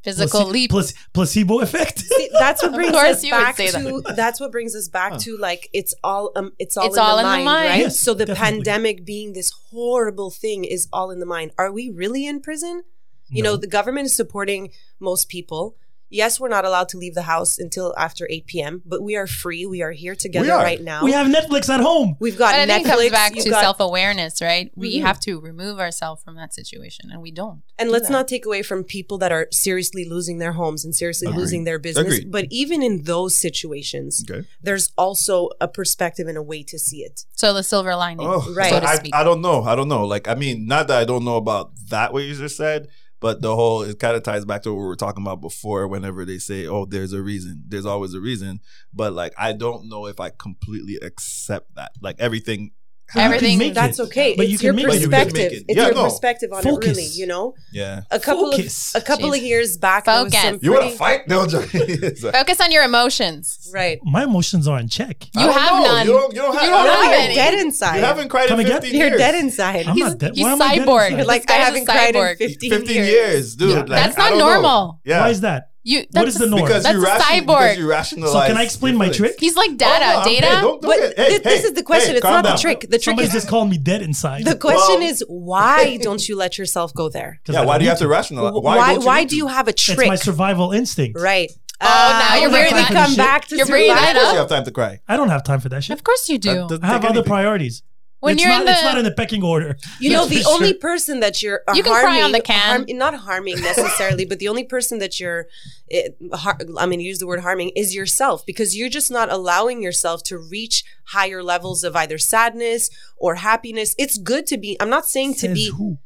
S2: physical
S4: Placi-
S2: leap.
S4: plac- placebo effect.
S5: See, that's what
S2: Of
S5: brings
S2: course
S5: us
S2: you would
S5: back
S2: say
S5: to that's what brings us back
S3: Huh.
S5: to like it's all um it's all
S2: It's
S5: in,
S2: all
S5: the, mind, right
S4: Yes,
S5: so the
S4: definitely.
S5: pandemic being this horrible thing is all in the mind are we really in prison you know
S4: No.
S5: the government is supporting most people yes we're not allowed to leave the house until after 8 p.m but we are free we are here together
S3: are.
S5: right now
S4: we have Netflix at home.
S5: we've got
S2: but I
S5: netflix
S2: think it comes back
S5: you've
S2: to
S5: got-
S2: self awareness, right? We
S5: Mhm.
S2: have to remove ourselves from that situation, and we don't.
S5: and
S2: do
S5: let's
S2: that.
S5: not take away from people that are seriously losing their homes and seriously
S3: Agreed.
S5: losing their business
S3: Agreed.
S5: but even in those situations
S3: Okay.
S5: there's also a perspective and a way to see it
S2: So the silver lining,
S3: Oh,
S5: Right.
S2: so
S3: but
S2: to
S3: I,
S2: speak.
S3: I don't know. I don't know. Like, I mean, not that I don't know about that what you just said, but the whole it kind of ties back to what we were talking about before. Whenever they say, "Oh, there's a reason," there's always a reason. But like, I don't know if I completely accept that. Like everything.
S4: But you can
S2: Everything-
S4: make
S5: That's
S4: it.
S5: okay.
S4: But
S5: it's
S4: you can
S5: your
S4: make it.
S3: But you can make
S5: perspective.
S3: it.
S5: It's
S3: Yeah,
S5: your
S3: no.
S5: perspective on
S4: Focus.
S5: it, really. You know,
S3: Yeah.
S5: a couple
S4: Focus.
S5: of a couple of
S2: Jeez.
S5: years back, there was
S2: Focus.
S5: some
S3: You want to
S5: pretty-
S3: fight? No, Johnny. [laughs] It's like-
S2: Focus on your emotions.
S5: right?
S4: My emotions are in check.
S3: I
S2: You
S3: don't
S2: have
S3: know.
S2: none.
S3: You don't. You don't have.
S2: You
S3: I
S2: don't
S5: No,
S3: don't
S2: have
S5: you're
S3: know.
S2: any.
S5: dead inside.
S3: You haven't cried
S4: Come
S3: in
S4: again?
S3: 15
S5: You're
S3: years.
S5: dead inside.
S4: I'm
S2: He's-
S4: not dead.
S2: he's
S4: Why am I dead
S2: cyborg.
S4: inside?
S5: You're like I
S2: This guy's a
S5: haven't cried
S2: cyborg.
S5: in 15,
S3: 15 years, dude.
S4: Yeah.
S3: Like,
S2: That's
S3: I
S2: not
S3: don't know.
S2: normal.
S3: Yeah.
S4: Why is that?
S2: You. That's
S4: What is the
S2: a-
S4: norm?
S3: Because
S2: That's
S3: you
S2: a
S3: ration-
S2: cyborg.
S3: because you rationalize.
S4: So can I explain
S3: your
S4: my
S3: feelings.
S4: trick?
S2: He's like
S3: Oh,
S2: data.
S3: no, I'm
S2: data.
S3: dead. Don't, don't
S5: But
S3: get, hey,
S5: thi- this
S3: hey,
S5: is the question.
S3: hey,
S5: it's
S3: calm
S5: not
S3: down.
S5: the trick. The trick
S4: Somebody's
S5: is
S4: just calling me dead [laughs] inside.
S5: [laughs] the question
S3: Well-
S5: is why don't you let yourself go there?
S4: 'Cause
S3: Yeah,
S4: I
S3: why
S4: don't
S3: do you
S4: need
S3: have
S4: [laughs]
S3: to rationalize?
S5: Why? Why, do you have a
S4: It's
S5: trick?
S4: my survival instinct.
S5: right.
S2: Oh, now
S5: Ah,
S2: you're
S5: we
S4: bringing that
S5: come
S4: shit.
S5: back to
S2: You're bringing
S5: survival.
S2: that
S3: Of course
S2: up.
S3: you have time to cry.
S4: I don't have time for that shit.
S2: Of course you
S3: That
S2: do.
S3: doesn't
S4: I have
S3: take
S4: other
S3: anything.
S4: priorities.
S2: When
S4: it's
S2: you're
S4: not,
S2: in the
S4: it's not in the pecking order.
S5: [laughs] You know,
S4: That's
S5: the
S4: for
S5: only
S4: sure.
S5: person that you're are
S2: You can
S5: harming,
S2: cry on the can.
S5: harm- not harming necessarily, but the only person that you're, it, har- I'm going to use the word harming is yourself because you're just not allowing yourself to reach higher levels of either sadness or happiness. It's good to be. I'm not saying to
S4: Says
S5: be.
S4: who?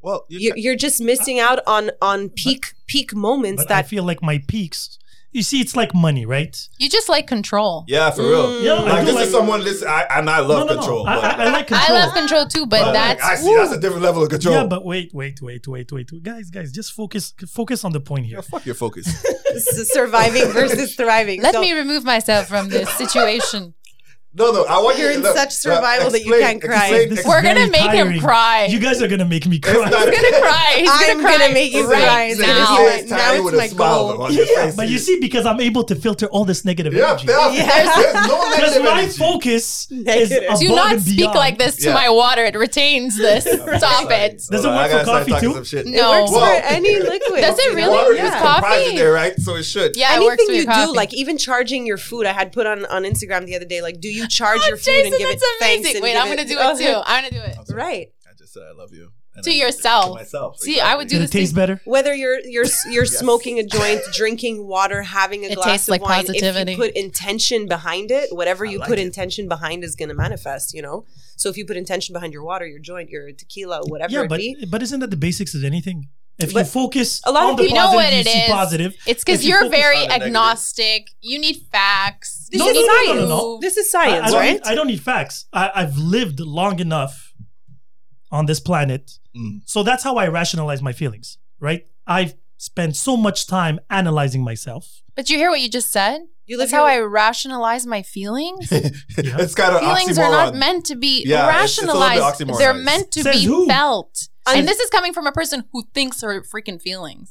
S3: Well, you
S5: You're, you're just missing out on on peak peak moments
S4: But I
S5: that
S4: feel like my peaks. You see, it's like money, right?
S2: You just like control.
S3: Yeah, for real.
S4: Yeah, I
S3: like
S4: do
S3: this
S4: like-
S3: is someone. Listen, I, and I love control.
S4: I,
S3: but,
S4: I, I like
S2: I
S4: control.
S2: love control too, but
S3: but, like,
S2: that's
S3: I see. That's a different level of control.
S4: Yeah, but wait, wait, wait, wait, wait, guys, guys, just focus, focus on the point
S3: Yeah,
S4: here.
S3: fuck your focus.
S5: [laughs] surviving versus thriving.
S2: let
S5: So-
S3: [laughs]
S2: me remove myself from this situation.
S3: No, no. I want
S5: You're
S3: you
S5: in
S3: to, look,
S5: such survival that you
S3: explain-
S5: can't cry.
S3: explain-
S4: This is
S2: We're
S4: very
S2: gonna make him
S4: tiring.
S2: cry.
S4: You guys are gonna make me
S3: It's
S4: cry.
S3: not-
S2: He's gonna cry. He's
S5: I'm
S2: gonna cry.
S5: gonna make you cry.
S2: right
S5: It's
S3: Say
S5: gonna
S2: now.
S5: be
S3: it
S5: right
S3: time
S5: now it's
S3: with a
S5: my
S3: smile
S5: goal.
S3: on your face.
S4: But you see, because I'm able to filter all this negative
S3: yeah,
S4: energy.
S3: there's,
S5: Yeah.
S3: there's no
S4: Because
S3: negative
S4: my
S3: energy.
S2: [laughs]
S4: focus is
S5: Negative.
S4: above
S2: Do not
S4: and
S2: speak
S4: beyond.
S2: like this to
S3: Yeah.
S2: my water. It retains
S3: [laughs]
S2: this. Stop it.
S4: Does it
S3: Hold on, I
S4: work
S3: gotta
S4: for
S3: start
S4: coffee
S3: talking
S4: too?
S3: some shit.
S2: No.
S5: It
S3: [laughs]
S5: works
S3: Well,
S5: for any liquid.
S2: Does it
S5: you
S2: really?
S5: know?
S3: Water
S2: Yeah.
S3: is comprised in
S2: Coffee.
S3: there, right? So it should.
S2: Yeah, it works with
S5: Anything you
S2: coffee.
S5: do, like even charging your food, I had put on on Instagram the other day. Like, do you charge your food
S2: Oh, Jason,
S5: and give it
S2: that's
S5: thanks?
S2: amazing.
S5: and
S2: Wait,
S5: give
S2: I'm gonna do it
S5: [laughs] Okay.
S2: too. I'm gonna do it.
S3: I'm sorry.
S5: [laughs] Right.
S3: I just said I love you. And
S2: To
S3: I-
S2: yourself.
S3: To myself.
S2: See, I would do
S4: Can
S2: the
S4: it taste
S2: same-
S4: better?
S5: Whether you're you're
S4: [laughs]
S5: you're
S3: Yes.
S5: smoking a joint, drinking water, having a
S2: It
S5: glass
S2: tastes
S5: of
S2: like
S5: wine, if
S2: positivity.
S5: you put intention behind it, whatever
S3: I
S5: you
S3: like
S5: put
S3: it.
S5: intention behind is gonna manifest. You know. So if you put intention behind your water, your joint, your tequila, whatever
S4: Yeah,
S5: it
S4: but
S5: be,
S4: but isn't that the basics of anything? If you
S5: But
S4: focus
S5: a lot
S4: on
S5: of
S4: the
S5: people-
S2: You know
S4: positive,
S2: what
S4: you
S2: it
S4: see
S2: is?
S4: positive.
S2: It's because
S4: If you
S2: you're
S4: focus
S2: very
S3: on the negative-
S2: agnostic. You need facts.
S5: this
S2: you
S5: is
S2: need
S4: no, no,
S5: science.
S4: no,
S2: proof.
S5: This is
S4: I- I,
S5: science,
S4: don't,
S5: right?
S4: need- I don't need facts. I, I've lived long enough on this planet,
S3: [laughs] Mm.
S4: so that's how I rationalize my feelings. Right? I've spent so much time analyzing myself.
S2: But you hear what you just said?
S5: you
S2: That's
S5: your-
S2: how I rationalize my feelings.
S3: It's kind of
S2: Feelings
S3: [laughs] oxymoron.
S2: are not meant to be
S3: Yeah, it's- it's a little bit
S2: rationalized.
S3: oxymoronized.
S2: They're meant to
S4: Says
S2: be
S4: who?
S2: felt.
S5: I-
S2: and this is coming from a person who thinks her freaking feelings.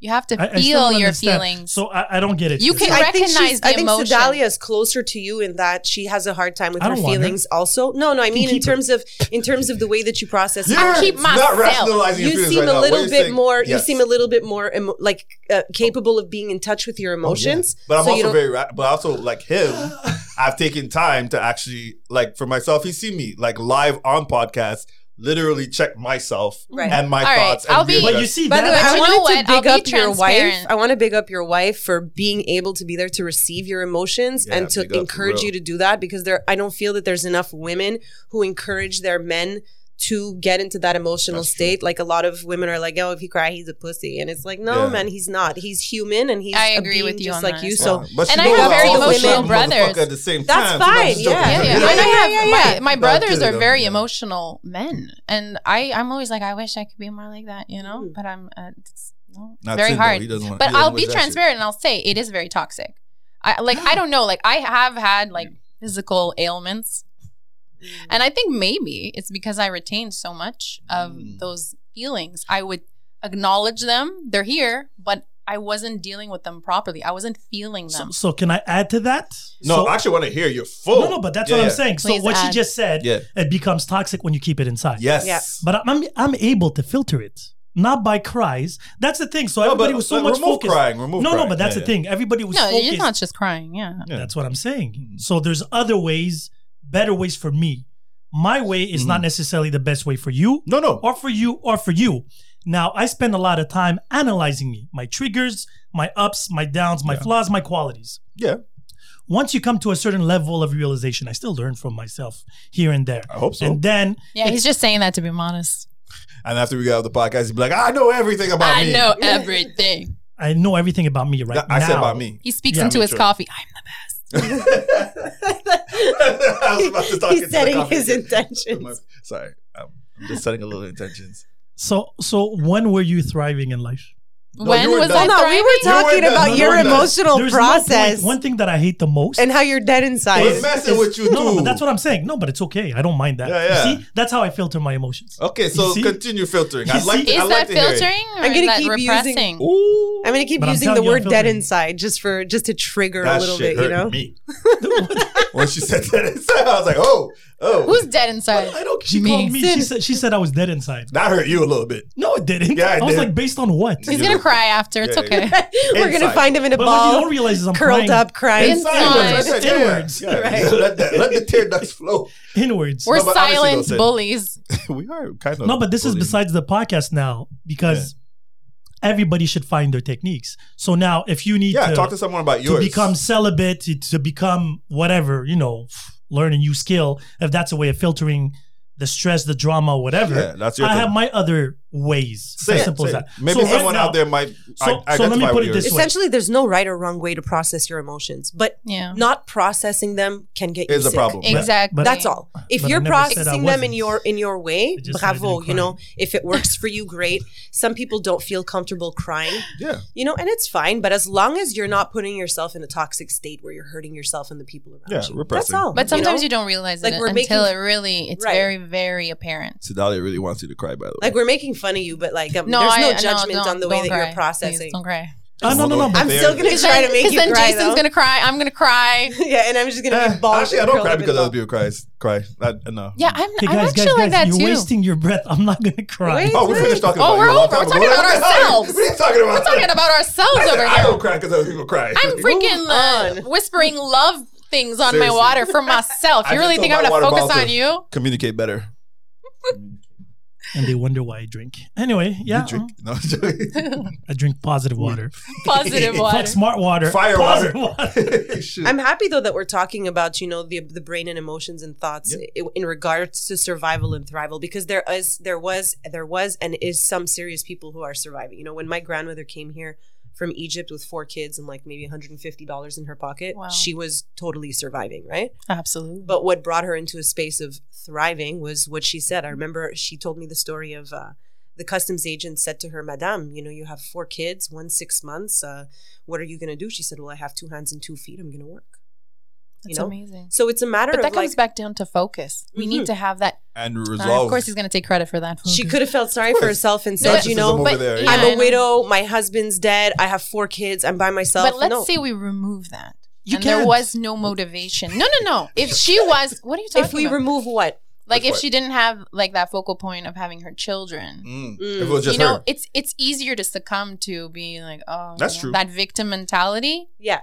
S2: You have to
S4: I- I still
S2: feel
S4: don't
S2: your
S4: understand.
S2: feelings.
S4: So I, I don't get it.
S2: You
S4: It's
S2: can
S4: like-
S5: I think
S2: recognize
S5: she's-
S2: the
S5: I think
S2: emotion.
S5: Sedalia is closer to you in that she has a hard time with
S4: I
S5: her
S4: don't want her.
S5: feelings. Also, no, no, I mean in
S4: keep her.
S5: terms of in terms of the way that you process.
S3: You're
S2: I keep myself.
S3: Not rationalizing your
S5: You
S3: feelings
S5: seem
S3: right now.
S5: a
S3: What
S5: little
S3: you're
S5: bit
S3: saying-
S5: more.
S3: Yes.
S5: You seem a little bit more emo- like uh, capable of being in touch with your emotions.
S3: Oh, But I'm
S5: so you
S3: also
S5: don't-
S3: very, ra- but also like
S5: [laughs]
S3: him, I've taken time to actually like for myself. He's seen me like live on podcast, literally check myself
S5: Right.
S3: and my
S2: All right,
S3: thoughts. and
S2: I'll be-
S4: But
S3: readjust.
S4: you see, that,
S5: By the way,
S2: But
S5: I
S2: you know
S5: wanted
S2: what?
S5: to big
S2: I'll be
S5: up your wife.
S2: transparent.
S5: I want to big up your wife for being able to be there to receive your emotions
S3: Yeah,
S5: and to
S3: big up, for
S5: encourage
S3: real.
S5: you to do that because there I don't feel that there's enough women who encourage their men to get into that emotional
S3: That's true.
S5: state. Like a lot of women are like, "Oh, if he cry, he's a pussy," and it's like, "No,
S3: Yeah.
S5: man, he's not. He's human, and he's
S2: I
S5: a
S2: agree
S5: being
S2: with you
S5: just
S2: on
S5: like
S2: that
S5: you."
S2: as
S5: So
S2: well.
S3: But
S2: And I
S3: she knows
S2: have
S3: I'm
S2: very
S3: also
S2: emotional
S3: shot the
S2: brothers.
S3: motherfucker At the same
S5: That's
S3: time, so I'm just joking.
S5: fine, yeah.
S2: yeah, yeah.
S5: Yeah,
S2: And I
S5: yeah,
S2: have
S5: yeah,
S2: my,
S5: yeah.
S2: my
S3: No,
S2: brothers
S3: kidding,
S2: are
S3: no,
S2: very
S3: yeah.
S2: emotional men, and I I'm always like I wish I could be more like that, you know.
S5: Mm.
S2: But I'm uh, it's, no, it's
S3: Not
S2: very
S3: Tim, though.
S2: hard.
S3: He doesn't wanna- he
S2: but
S3: doesn't
S2: I'll
S3: want
S2: be
S3: that shit.
S2: transparent and I'll say it is very toxic. I like
S5: [gasps]
S2: I don't know. Like I have had like physical ailments,
S5: Mm.
S2: and I think maybe it's because I retained so much of
S3: Mm.
S2: those feelings. I would acknowledge them; they're here, but I wasn't dealing with them properly. I wasn't feeling
S4: so,
S2: them.
S4: so can I add to that?
S3: No,
S4: So-
S3: I actually want to hear your full.
S4: no, no. But that's
S3: Yeah,
S4: what I'm
S3: yeah.
S4: saying. So
S2: Please
S4: what she
S2: add.
S4: just said,
S3: Yeah.
S4: it becomes toxic when you keep it inside.
S3: Yes.
S5: Yeah.
S4: But I'm- I'm I'm able to filter it, not by cries. That's the thing. So
S3: No,
S4: everybody
S3: but-
S4: was so
S3: but
S4: much
S3: remove
S4: focused.
S3: crying, remove
S4: no, no,
S3: crying.
S4: but that's
S3: Yeah,
S4: the
S3: yeah.
S4: thing. Everybody was
S2: no,
S4: focused.
S2: it's not just crying. Yeah.
S3: Yeah.
S4: That's what I'm saying.
S3: Mhm.
S4: So there's other ways, better ways for me. My way is
S3: Mm-hmm.
S4: not necessarily the best way for you,
S3: no, no.
S4: or for you, or for you. Now I spend a lot of time analyzing me, my triggers, my ups, my downs, my
S3: Yeah.
S4: flaws, my qualities.
S3: Yeah,
S4: Once you come to a certain level of realization, I still learn from myself here and there.
S3: I hope so.
S4: And then
S2: Yeah, he's just saying that to be modest.
S3: and after we get out of the podcast, he'd be like, "I know everything about
S2: I
S3: me."
S2: know everything.
S4: I know everything about me right
S3: I
S4: now.
S3: said about me.
S2: He speaks
S4: Yeah,
S2: into
S3: me
S2: his
S3: too.
S2: coffee. I'm the best.
S3: I was about to talk
S5: He's
S3: into the
S5: setting
S3: coffee
S5: his
S3: again.
S5: intentions.
S3: Sorry, I'm, I'm just setting a little intentions.
S4: So, so when were you thriving in life?
S3: No,
S2: when
S3: you were
S2: was
S3: done.
S2: I
S5: [laughs] Hold on, we
S2: thriving?
S5: were talking
S3: done.
S5: about
S3: No,
S5: your
S3: we're done.
S5: emotional
S4: There's no point-
S5: process
S4: one thing that I hate the most.
S5: and how you're dead inside.
S3: We're messing with you
S4: no, no,
S3: too.
S4: but that's what I'm saying. No, but it's okay. I don't mind that.
S3: Yeah, Oh. yeah.
S4: You see, that's how I filter my emotions.
S3: Okay, so
S4: You see?
S3: continue filtering.
S4: You
S3: I'd like
S4: see?
S3: to,
S2: is
S3: I'd like
S2: that
S3: to hear it.
S2: filtering or
S5: I'm
S2: is
S5: gonna
S2: that
S5: keep using-
S2: repressing?
S3: Ooh,
S5: I'm gonna keep
S4: But I'm
S5: using
S4: telling
S5: the
S4: you, I'm
S5: word "dead
S4: filtering.
S5: inside" just for just to trigger
S3: that
S5: a little
S3: shit
S5: bit, you
S3: hurt
S5: know. [laughs]
S3: me. when she said that, [laughs] inside, I was like, "Oh, oh."
S2: Who's dead inside?
S3: I don't.
S4: She
S2: Me.
S4: called me. She
S5: Sin.
S4: said, she said I was dead inside.
S3: That hurt you a little bit.
S4: No, it didn't.
S3: Yeah, it
S4: I was
S3: did.
S4: like, based on what?
S2: He's
S3: Yeah.
S2: gonna cry after. It's
S3: Yeah, yeah,
S2: okay.
S5: [laughs] We're gonna
S3: Inside.
S5: find him in a
S4: But what you
S5: ball,
S4: don't realize is I'm
S5: curled
S4: crying
S5: up, crying.
S2: Inside.
S3: That's what I said, yeah,
S4: Inwards.
S3: yeah, yeah.
S5: Right.
S3: Let, that, let the tear ducts
S4: [laughs]
S3: flow.
S4: inwards.
S2: We're
S3: No, but honestly,
S2: silent
S3: though, Sid.
S2: bullies.
S3: we are kind of
S4: no, but this is
S3: bullying.
S4: besides the podcast now because everybody should find their techniques. So now, if you need
S3: Yeah,
S4: to,
S3: talk to someone about
S4: to
S3: yours.
S4: become celibate, to, to become whatever, you know, learn a new skill, if that's a way of filtering the stress, the drama, whatever.
S3: Yeah, that's your
S4: I
S3: thing.
S4: have my other ways. It's
S3: Say
S4: as
S3: it,
S4: simple as
S3: say
S4: that.
S3: it. Maybe
S4: So right
S3: someone
S4: now-
S3: out there might.
S4: so-
S3: I,
S4: so let me
S3: identify
S4: put
S3: with
S4: it
S3: yours.
S4: this way.
S5: Essentially, there's no right or wrong way to process your emotions, but
S2: Yeah.
S5: not processing them can get
S3: Is
S5: you
S3: a
S5: sick.
S3: problem.
S4: but-
S2: Exactly.
S5: That's all. If
S4: but I
S5: you're
S4: never said I
S5: processing them in
S4: wasn't.
S5: your in your way,
S4: I just said I
S5: bravo.
S4: didn't
S5: You know,
S4: cry.
S5: if it works for you, great. Some people don't feel comfortable crying.
S3: Yeah.
S5: You know, and it's fine. But as long as you're not putting yourself in a toxic state where you're hurting yourself and the people around
S3: Yeah,
S5: you,
S3: repressing.
S5: that's all.
S2: But sometimes you,
S5: know?
S2: don't realize
S5: Like,
S2: it
S5: we're
S2: until it
S5: making-
S2: really it's
S5: Right.
S2: very very apparent.
S3: Sedalia really wants you to cry, by the way.
S5: like we're making fun of you, but like um,
S2: No,
S5: there's no
S2: I-
S5: judgment
S2: don't-
S5: on the way
S2: don't
S5: that
S2: cry.
S5: you're processing.
S2: Please, don't cry.
S4: Ah, no, no, no.
S5: I'm
S4: But,
S3: There-
S5: still gonna
S2: Because
S5: try
S2: then,
S5: to make
S2: [laughs] 'cause
S5: you
S2: then
S5: cry.
S2: Jason's
S5: though.
S2: gonna cry. I'm gonna cry.
S5: [laughs] yeah, and I'm just gonna
S3: Eh,
S5: be bald.
S3: actually,
S5: and
S3: I don't
S5: curled
S3: cry
S5: up
S3: because
S5: in
S3: other people cry. Cry. Not uh, enough.
S2: Yeah, I'm.
S4: okay,
S2: I'm
S4: guys,
S2: actually like
S4: guys, guys,
S2: that
S4: you're
S2: too.
S4: wasting your breath. [laughs] I'm not gonna cry.
S5: Wait.
S3: Oh, we finished talking
S2: Oh,
S3: about
S2: we're
S3: you a long
S2: over.
S3: time
S2: We're talking
S3: ago.
S2: about
S3: [laughs]
S2: ourselves.
S3: What are you talking about?
S2: We're talking
S3: [laughs]
S2: about
S3: I
S2: ourselves
S3: said,
S2: over
S3: I
S2: here.
S3: don't cry because other people cry. [laughs]
S2: I'm freaking uh,
S5: on.
S2: whispering love things on my
S3: Seriously.
S2: water
S5: [laughs]
S2: for myself.
S3: I
S2: You really
S3: just
S2: think
S3: told
S2: I'm
S3: my
S2: gonna
S3: water
S2: focus
S3: bottle
S2: on
S3: to-
S2: you?
S3: Communicate better.
S4: And they wonder why I drink. Anyway, yeah,
S3: You drink. [laughs] No, I'm joking.
S4: I drink positive water.
S3: [laughs]
S2: Positive
S4: Fuck
S2: water.
S4: smart water.
S3: Fire
S4: Positive
S3: water. [laughs] Shit.
S5: I'm happy though that we're talking about you know the the brain and emotions and thoughts i in regards to survival and thrival because there is there was there was and is some serious people who are surviving. You know, when my grandmother came here from Egypt with four kids and like maybe 150 dollars in her pocket,
S2: Wow.
S5: she was totally surviving, right?
S2: Absolutely.
S5: But what brought her into a space of thriving was what she said. I
S2: Mm-hmm.
S5: remember she told me the story of uh, the customs agent said to her, Madame, you know, you have four kids, one six months. Uh, what are you going to do? She said, Well, I have two hands and two feet. I'm going to work.
S2: That's
S5: know?
S2: amazing.
S5: So it's a matter
S2: But
S5: of
S2: that comes
S5: like, Mm-hmm.
S2: back down to focus. We need to have that.
S3: and
S2: Uh,
S3: resolve.
S2: of course, he's going to Mm-hmm. take credit for that.
S5: she
S2: Focus.
S5: could have felt sorry
S3: Of
S5: for
S3: course.
S5: herself and
S3: No,
S5: said,
S3: but-
S5: You know,
S3: Narcissism over there, yeah.
S5: I'm
S2: I
S5: a
S2: know.
S5: widow. My husband's dead. I have four kids. I'm by myself.
S2: But let's
S5: no.
S2: say we remove that.
S4: You
S2: and there
S4: can't.
S2: was no motivation. No, no,
S3: [laughs]
S2: no. If she was, what are you talking
S5: [laughs] if we
S2: about?
S5: remove what?
S2: like if
S3: Which
S2: she didn't have like that focal point of having her children,
S3: Mm.
S5: Mm.
S3: If it was
S2: you
S3: just
S2: know,
S3: her.
S2: it's it's easier to succumb to being like, oh,
S3: That's
S2: you know,
S3: true.
S2: that victim mentality.
S5: Yeah.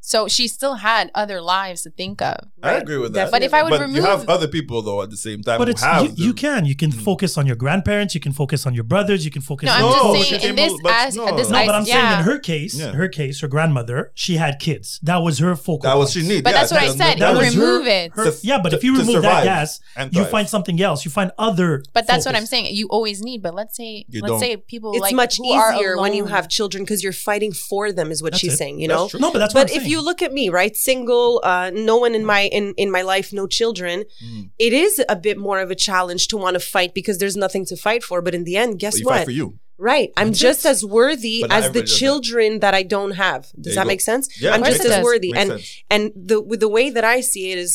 S2: So she still had other lives to think of.
S3: I agree with that.
S2: But if I would
S3: but you
S2: remove-
S3: have other people though at the same time
S4: [laughs] But
S3: who
S4: it's
S3: have
S4: you, you
S3: the-
S4: can you can
S3: Mm.
S4: focus on your grandparents. You can focus on your brothers. You can focus.
S2: No,
S4: on
S2: I'm
S3: No, but
S2: just saying
S3: you
S2: in
S3: can't
S2: this
S3: mul-
S2: as
S3: but
S2: at this
S3: no.
S4: No, but I'm
S2: yeah.
S4: saying in her case,
S3: Yeah.
S4: her case, her grandmother, she had kids. That was her focal.
S3: That was
S4: point.
S3: she need.
S2: But
S3: yeah,
S2: that's what I
S3: that-
S2: said.
S3: that
S4: was
S3: was
S4: her-
S2: remove it.
S4: Her,
S3: To-
S4: yeah, but if
S3: to-
S4: you
S3: to
S4: remove
S3: survive
S4: that gas,
S3: and
S4: you
S3: thrive.
S4: find something else. You find other.
S2: But that's what
S4: focus.
S2: I'm saying. You always need. But let's say
S3: You
S2: let's
S3: don't.
S2: say people
S5: It's
S2: like
S5: much
S2: who are
S5: easier when you
S2: alone.
S5: have children because you're fighting for them, is what
S4: That's
S5: she's
S4: it.
S5: saying, you
S3: That's
S5: know?
S3: true.
S4: No, but that's
S5: but
S4: what I'm
S5: if
S4: saying.
S5: you look at me right single uh, no one in my in, in my life no children
S3: Mm.
S5: it is a bit more of a challenge to want to fight because there's nothing to fight for but in the end guess
S3: But you
S5: what
S3: fight for you.
S5: right i'm
S4: That's
S5: just
S4: it.
S5: as worthy
S3: But not
S5: as the
S3: everybody does that.
S5: children that. i don't have
S3: There
S5: does
S3: you
S5: that
S3: go.
S5: make sense
S3: Yeah,
S5: i'm
S2: makes
S5: just
S2: sense.
S5: as worthy
S3: Makes
S5: and
S3: sense.
S5: and the with the way that i see it is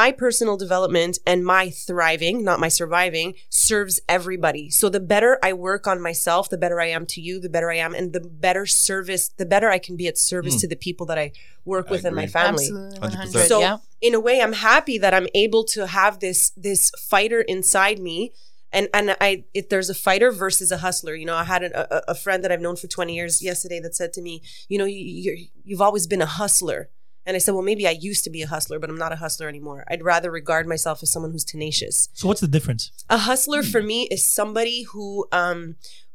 S5: my personal development and my thriving not my surviving serves everybody so the better i work on myself the better i am to you the better i am and the better service the better i can be at service
S3: Mm.
S5: to the people that i work
S3: I
S5: with and my
S3: agree.
S5: family
S2: Absolutely,
S3: 100%.
S2: 100.
S5: so
S2: yeah.
S5: in a way i'm happy that i'm able to have this this fighter inside me and and i if there's a fighter versus a hustler you know i had an, a, a friend that i've known for 20 years yesterday that said to me you know you, you're, you've always been a hustler and i said well maybe i used to be a hustler but i'm not a hustler anymore i'd rather regard myself as someone who's tenacious
S4: So what's the difference?
S5: a hustler
S3: Hmm.
S5: for me is somebody who um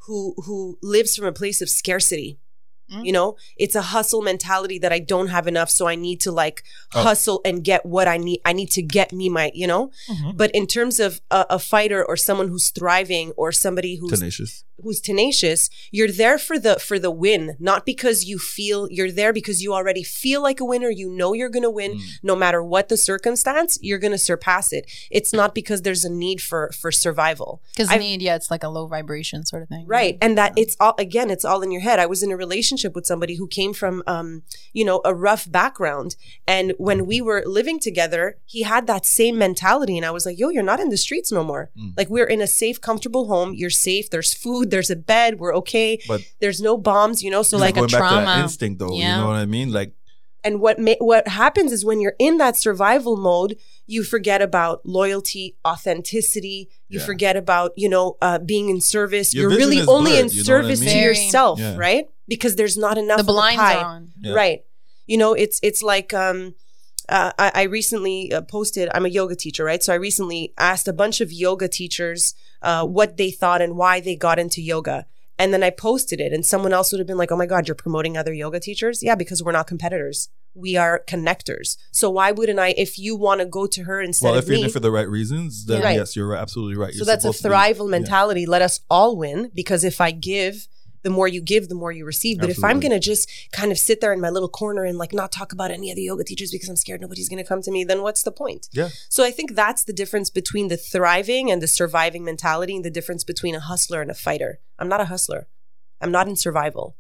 S5: who who lives from a place of scarcity.
S2: Mm.
S3: Hmm.
S5: You know, it's a hustle mentality that I don't have enough, so I need to like
S3: Oh.
S5: hustle and get what I need. I need to get me my, you know.
S3: Mm-hmm.
S4: Mhm.
S5: But in terms of a, a fighter or someone who's thriving or somebody who's
S3: Tenacious.
S5: who's tenacious, you're there for the for the win, not because you feel you're there because you already feel like a winner. You know you're gonna win
S3: Mm.
S5: no matter what the circumstance. You're gonna surpass it. It's not because there's a need for for survival.
S2: Because
S5: I've-
S2: need, yeah, it's like a low vibration sort of thing.
S5: Right. And that it's all, again, it's all in your head. I was in a relationship with somebody who came from, um, you know, a rough background. And when we were living together, he had that same mentality. And I was like, yo, you're not in the streets no more.
S3: Mm.
S5: Like, we're in a safe, comfortable home. You're safe. There's food. There's a bed. We're okay.
S3: But
S5: There's no bombs, you know? So,
S3: Just
S5: like,
S3: going
S2: a
S3: back to that
S2: trauma.
S3: instinct though.
S2: Yeah.
S3: You know what I mean? Like
S5: and what ma- what happens is when you're in that survival mode, you forget about loyalty, authenticity. You
S3: Yeah.
S5: forget about you know uh, being in service.
S3: Your
S5: you're
S3: vision
S5: really
S3: is
S5: only
S3: blurred,
S5: in
S3: you know what I
S5: service to
S2: mean? Very.
S5: yourself,
S3: Yeah.
S5: right? Because there's not enough.
S2: The
S5: of
S2: blinds
S5: pie.
S2: are on.
S3: Yeah.
S5: right? You know, it's it's like um, uh, I, I recently uh, posted. I'm a yoga teacher, right? So I recently asked a bunch of yoga teachers uh, what they thought and why they got into yoga. And then I posted it, and someone else would have been like, oh my God, you're promoting other yoga teachers? Yeah, because we're not competitors. We are connectors. So why wouldn't I, if you want to go to her instead
S3: well,
S5: of
S3: if you're
S5: me,
S3: in it for the right reasons, then
S5: Right.
S3: yes, you're right- absolutely right.
S5: so
S3: You're
S5: that's a
S3: supposed to be-
S5: thrival
S3: yeah.
S5: mentality. Let us all win because if I give, the more you give, the more you receive. But if I'm
S3: Absolutely.
S5: going to just kind of sit there in my little corner and like not talk about any of the yoga teachers because I'm scared nobody's going to come to me, then what's the point?
S3: Yeah.
S5: So I think that's the difference between the thriving and the surviving mentality and the difference between a hustler and a fighter. I'm not a hustler. I'm not in survival.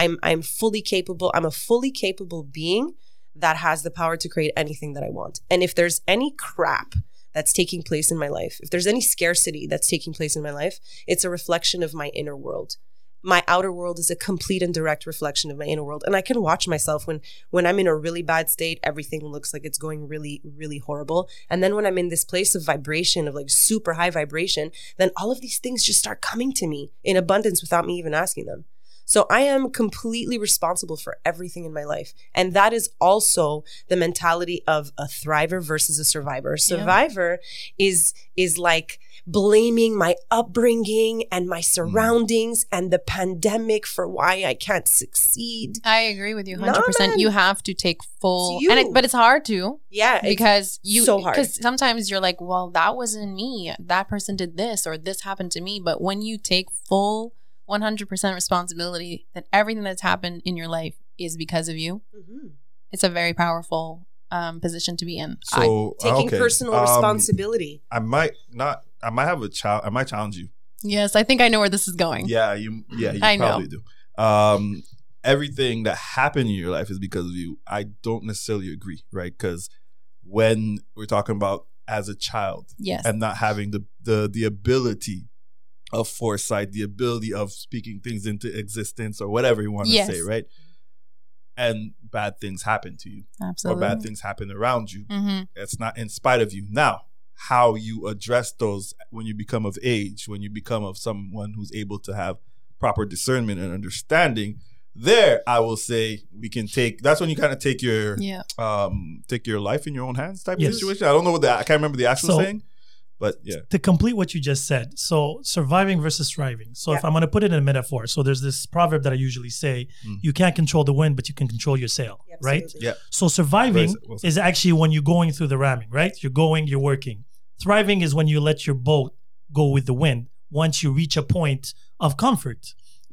S5: I'm I'm fully capable. I'm a fully capable being that has the power to create anything that I want. And if there's any crap that's taking place in my life, if there's any scarcity that's taking place in my life, it's a reflection of my inner world. My outer world is a complete and direct reflection of my inner world. And I can watch myself when when I'm in a really bad state, everything looks like it's going really, really horrible. And then when I'm in this place of vibration, of like super high vibration, then all of these things just start coming to me in abundance without me even asking them. So I am completely responsible for everything in my life. And that is also the mentality of a thriver versus a survivor. Survivor is is like blaming my upbringing and
S4: Mm.
S5: my surroundings and the pandemic for why I can't succeed.
S2: I agree with you
S5: Nah,
S2: 100%.
S5: man.
S2: you have to take full
S5: It's you.
S2: and it, but it's hard to
S5: Yeah, it's-
S2: because you
S5: so hard.
S2: because sometimes you're like, well, that wasn't me. That person did this or this happened to me, but when you take full 100% responsibility that everything that's happened in your life is because of you,
S5: Mhm.
S2: it's a very powerful um, position to be in. I,
S3: So
S5: taking
S3: okay,
S5: personal
S3: um,
S5: responsibility.
S3: I might not. I might have a child. I might challenge you.
S2: yes, I think I know where this is going.
S3: Yeah, you. Yeah, you
S2: I know.
S3: probably do. Um, everything that happened in your life is because of you. I don't necessarily agree, right? Because when we're talking about as a child,
S2: Yes.
S3: and not having the the the ability of foresight, the ability of speaking things into existence or whatever you want to
S2: Yes.
S3: say, right? And bad things happen to you,
S2: absolutely.
S3: or bad things happen around you.
S5: Mm.
S2: Mhm.
S3: It's not in spite of you. Now, how you address those when you become of age, when you become of someone who's able to have proper discernment and understanding, there I will say we can take. That's when you kind of take your
S2: Yeah.
S3: um take your life in your own hands type
S4: Yes.
S3: of situation. I don't know what that. I can't remember the actual
S4: So-
S3: thing, but yeah.
S4: to complete what you just said. So surviving versus thriving. So if
S5: Yeah.
S4: I'm going to put it in a metaphor, so there's this proverb that I usually say,
S3: Mm.
S4: you can't control the wind, but you can control your sail, right?
S5: Absolutely.
S3: Yeah.
S4: So surviving
S3: Very well said.
S4: is actually when you're going through the ramming, right? You're going, you're working. Thriving is when you let your boat go with the wind once you reach a point of comfort.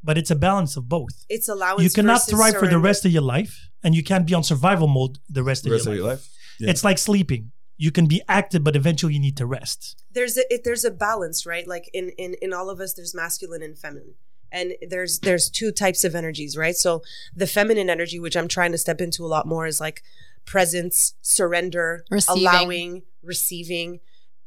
S4: But it's a balance of both.
S5: It's allowance.
S4: you cannot
S5: versus
S4: thrive for the
S5: surrender.
S4: rest of your life, and you can't be on survival mode the rest,
S3: the
S4: of,
S3: rest
S4: your
S3: of your
S4: life.
S3: life. Yeah.
S4: It's like sleeping. You can be active, but eventually you need to rest.
S5: There's a it, there's a balance, right? Like in in in all of us, there's masculine and feminine, and there's there's two types of energies, right? So the feminine energy, which I'm trying to step into a lot more, is like presence, surrender,
S2: Receiving.
S5: allowing, receiving,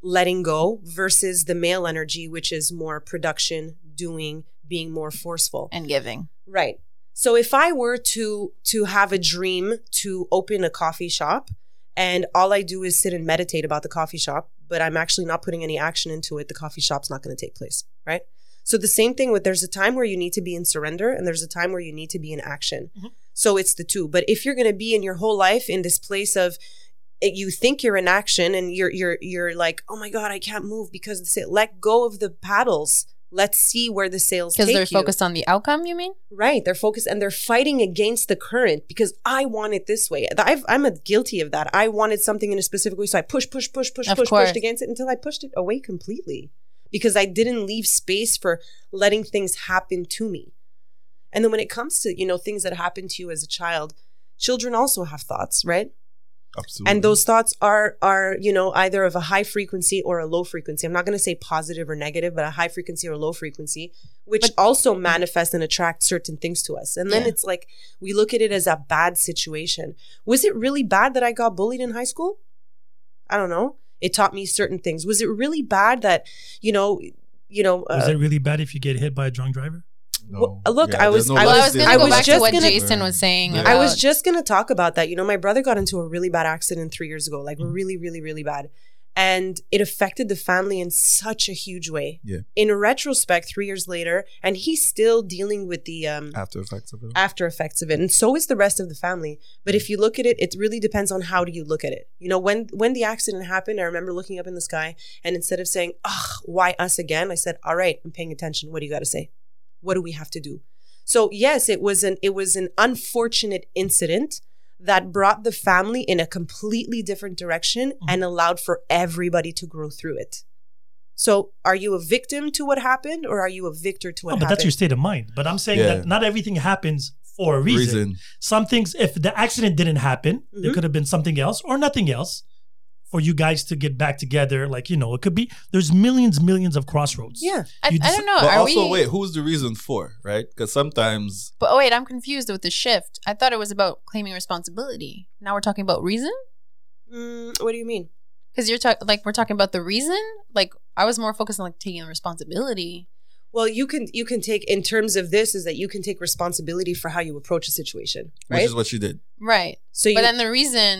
S5: letting go, versus the male energy, which is more production, doing, being more forceful.
S2: And giving.
S5: Right. So if I were to to have a dream to open a coffee shop and all I do is sit and meditate about the coffee shop, but I'm actually not putting any action into it, the coffee shop's not going to take place, right? So the same thing with there's a time where you need to be in surrender and there's a time where you need to be in action.
S2: Mm-hmm.
S5: So it's the two. But if you're going to be in your whole life in this place of it- you think you're in action and you're you're you're like, "Oh my god, I can't move because the sail. let go of the paddles. Let's see where the sails take
S2: Because they're
S5: you."
S2: focused on the outcome, you mean?
S5: Right. They're focused and they're fighting against the current because I want it this way. I've, I'm a guilty of that. I wanted something in a specific way. So I push, push, push, push,
S2: Of
S5: push,
S2: course.
S5: pushed against it until I pushed it away completely because I didn't leave space for letting things happen to me. And then when it comes to, you know, things that happen to you as a child, children also have thoughts, right?
S3: Absolutely.
S5: and those thoughts are are you know either of a high frequency or a low frequency i'm not going to say positive or negative but a high frequency or low frequency which
S2: But-
S5: also manifest and attract certain things to us and then
S2: Yeah.
S5: it's like we look at it as a bad situation was it really bad that i got bullied in high school i don't know it taught me certain things was it really bad that you know you know
S4: Was
S5: uh,
S4: it really bad if you get hit by a drunk driver?
S3: No.
S5: well, uh, look, I
S3: there's
S5: was- I
S2: Well, I was
S3: lesson.
S2: going
S5: I
S2: to go
S5: was
S2: back to
S5: just
S2: what
S5: gonna-
S2: Jason was saying.
S3: Yeah.
S2: About,
S5: I was just going to talk about that. You know, my brother got into a really bad accident three years ago, like
S3: Mm-hmm.
S5: really, really, really bad. And it affected the family in such a huge way.
S3: Yeah.
S5: In retrospect, three years later, and he's still dealing with the um,
S3: after effects of it.
S5: after effects of it and so is the rest of the family but if you look at it it really depends on how do you look at it you know when when the accident happened i remember looking up in the sky and instead of saying ugh why us again i said all right i'm paying attention what do you got to say what do we have to do so yes it was an it was an unfortunate incident that brought the family in a completely different direction
S4: Mm-hmm.
S5: and allowed for everybody to grow through it so are you a victim to what happened or are you a victor to what
S4: No, but
S5: happened
S4: that's your state of mind. But I'm saying
S3: Yeah.
S4: that not everything happens for a reason.
S3: Reason.
S4: Some things, if the accident didn't happen, there
S2: Mm-hmm.
S5: Mhm.
S4: could have been something else or nothing else for you guys to get back together. Like, you know, it could be, there's millions, millions of crossroads.
S5: yeah
S2: I,
S4: You
S2: I
S4: just-
S2: don't know.
S3: But
S2: Are
S3: also,
S2: we?
S3: wait, who's the reason for, right? Because sometimes,
S2: But oh wait, I'm confused with the shift. I thought it was about claiming responsibility. Now we're talking about reason.
S5: Mm, what do you mean
S2: Because you're talking like we're talking about the reason. Like I was more focused on like taking responsibility.
S5: well you can you can take in terms of this is that you can take responsibility for how you approach a situation
S3: which
S5: right
S3: is what she did.
S2: Right.
S5: so you,
S2: but then the reason.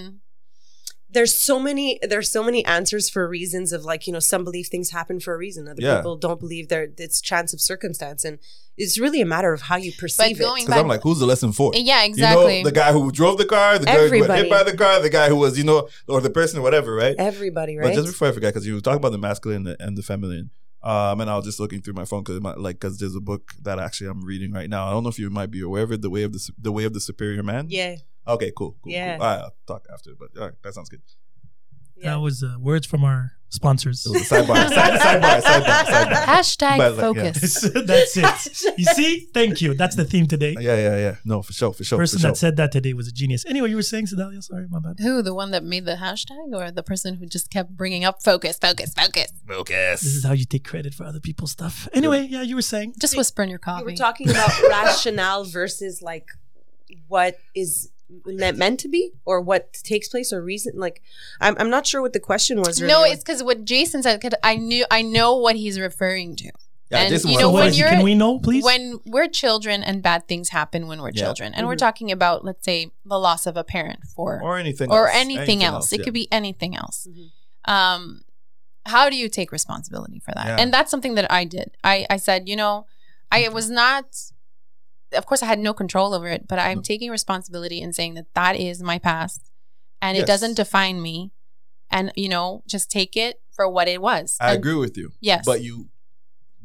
S5: there's so many there's so many answers for reasons of like you know some believe things happen for a reason other
S3: Yeah.
S5: people don't believe there it's chance of circumstance and it's really a matter of how you perceive
S2: going-
S5: it
S3: Because I'm like, who's the lesson for?
S2: Yeah. Exactly.
S3: You know, the guy who drove the car, the guy who got
S5: Everybody.
S3: hit by the car, the guy who was, you know, or the person, whatever, right?
S5: everybody
S3: But
S5: right
S3: just before I forget, because you were talking about the masculine and the, and the feminine, um, and I was just looking through my phone because like because there's a book that actually I'm reading right now. I don't know if you might be aware of it, the way of the Su- the way of the superior man.
S5: yeah
S3: Okay. Cool. cool
S5: Yeah.
S3: Cool. All right, I'll talk after, but all right, that sounds good.
S5: yeah
S4: [laughs] That was uh, words from our sponsors.
S3: It was a
S2: [laughs]
S3: sidebar. side, sidebar. Sidebar. Sidebar.
S2: Hashtag
S3: But, like, yeah. [laughs]
S2: focus.
S4: [laughs] that's
S5: [laughs]
S4: it. You see? Thank you. That's the theme today.
S3: Yeah. Yeah. Yeah. No, for sure. For
S4: The
S3: sure.
S4: person
S3: for
S4: that
S3: sure.
S4: said that today was a genius. Anyway, you were saying, Sedalia? Sorry, my bad.
S2: Who? The one that made the hashtag, or the person who just kept bringing up focus, focus, focus?
S4: This is
S3: Focus.
S4: how you take credit for other people's stuff. Anyway, yeah, you were saying.
S2: Just whisper in your coffee.
S5: we were talking about [laughs] rationale versus like what is meant meant to be or what takes place or reason like i'm, I'm not sure what the question was
S2: no,
S5: earlier.
S2: it's because what Jason said. 'cause I knew, I know what he's referring to.
S3: Yeah,
S2: And
S3: Jason
S2: you
S3: was
S2: know,
S3: the
S4: what
S2: when
S3: one.
S4: is it?
S2: you're-
S4: Can we know, please?
S2: when we're children and bad things happen when we're
S3: Yeah.
S2: children and we're
S5: Mhm.
S2: talking about let's say the loss of a parent for or,
S3: or anything else.
S2: anything, else, it
S3: yeah.
S2: could be anything else
S5: Mhm.
S2: um how do you take responsibility for that
S3: Yeah.
S2: and that's something that i did i i said you know i was not of course i had no control over it but i'm
S3: No.
S2: taking responsibility and saying that that is my past and
S3: Yes.
S2: it doesn't define me and you know just take it for what it was
S3: I
S2: And-
S3: agree with you.
S2: yes
S3: But you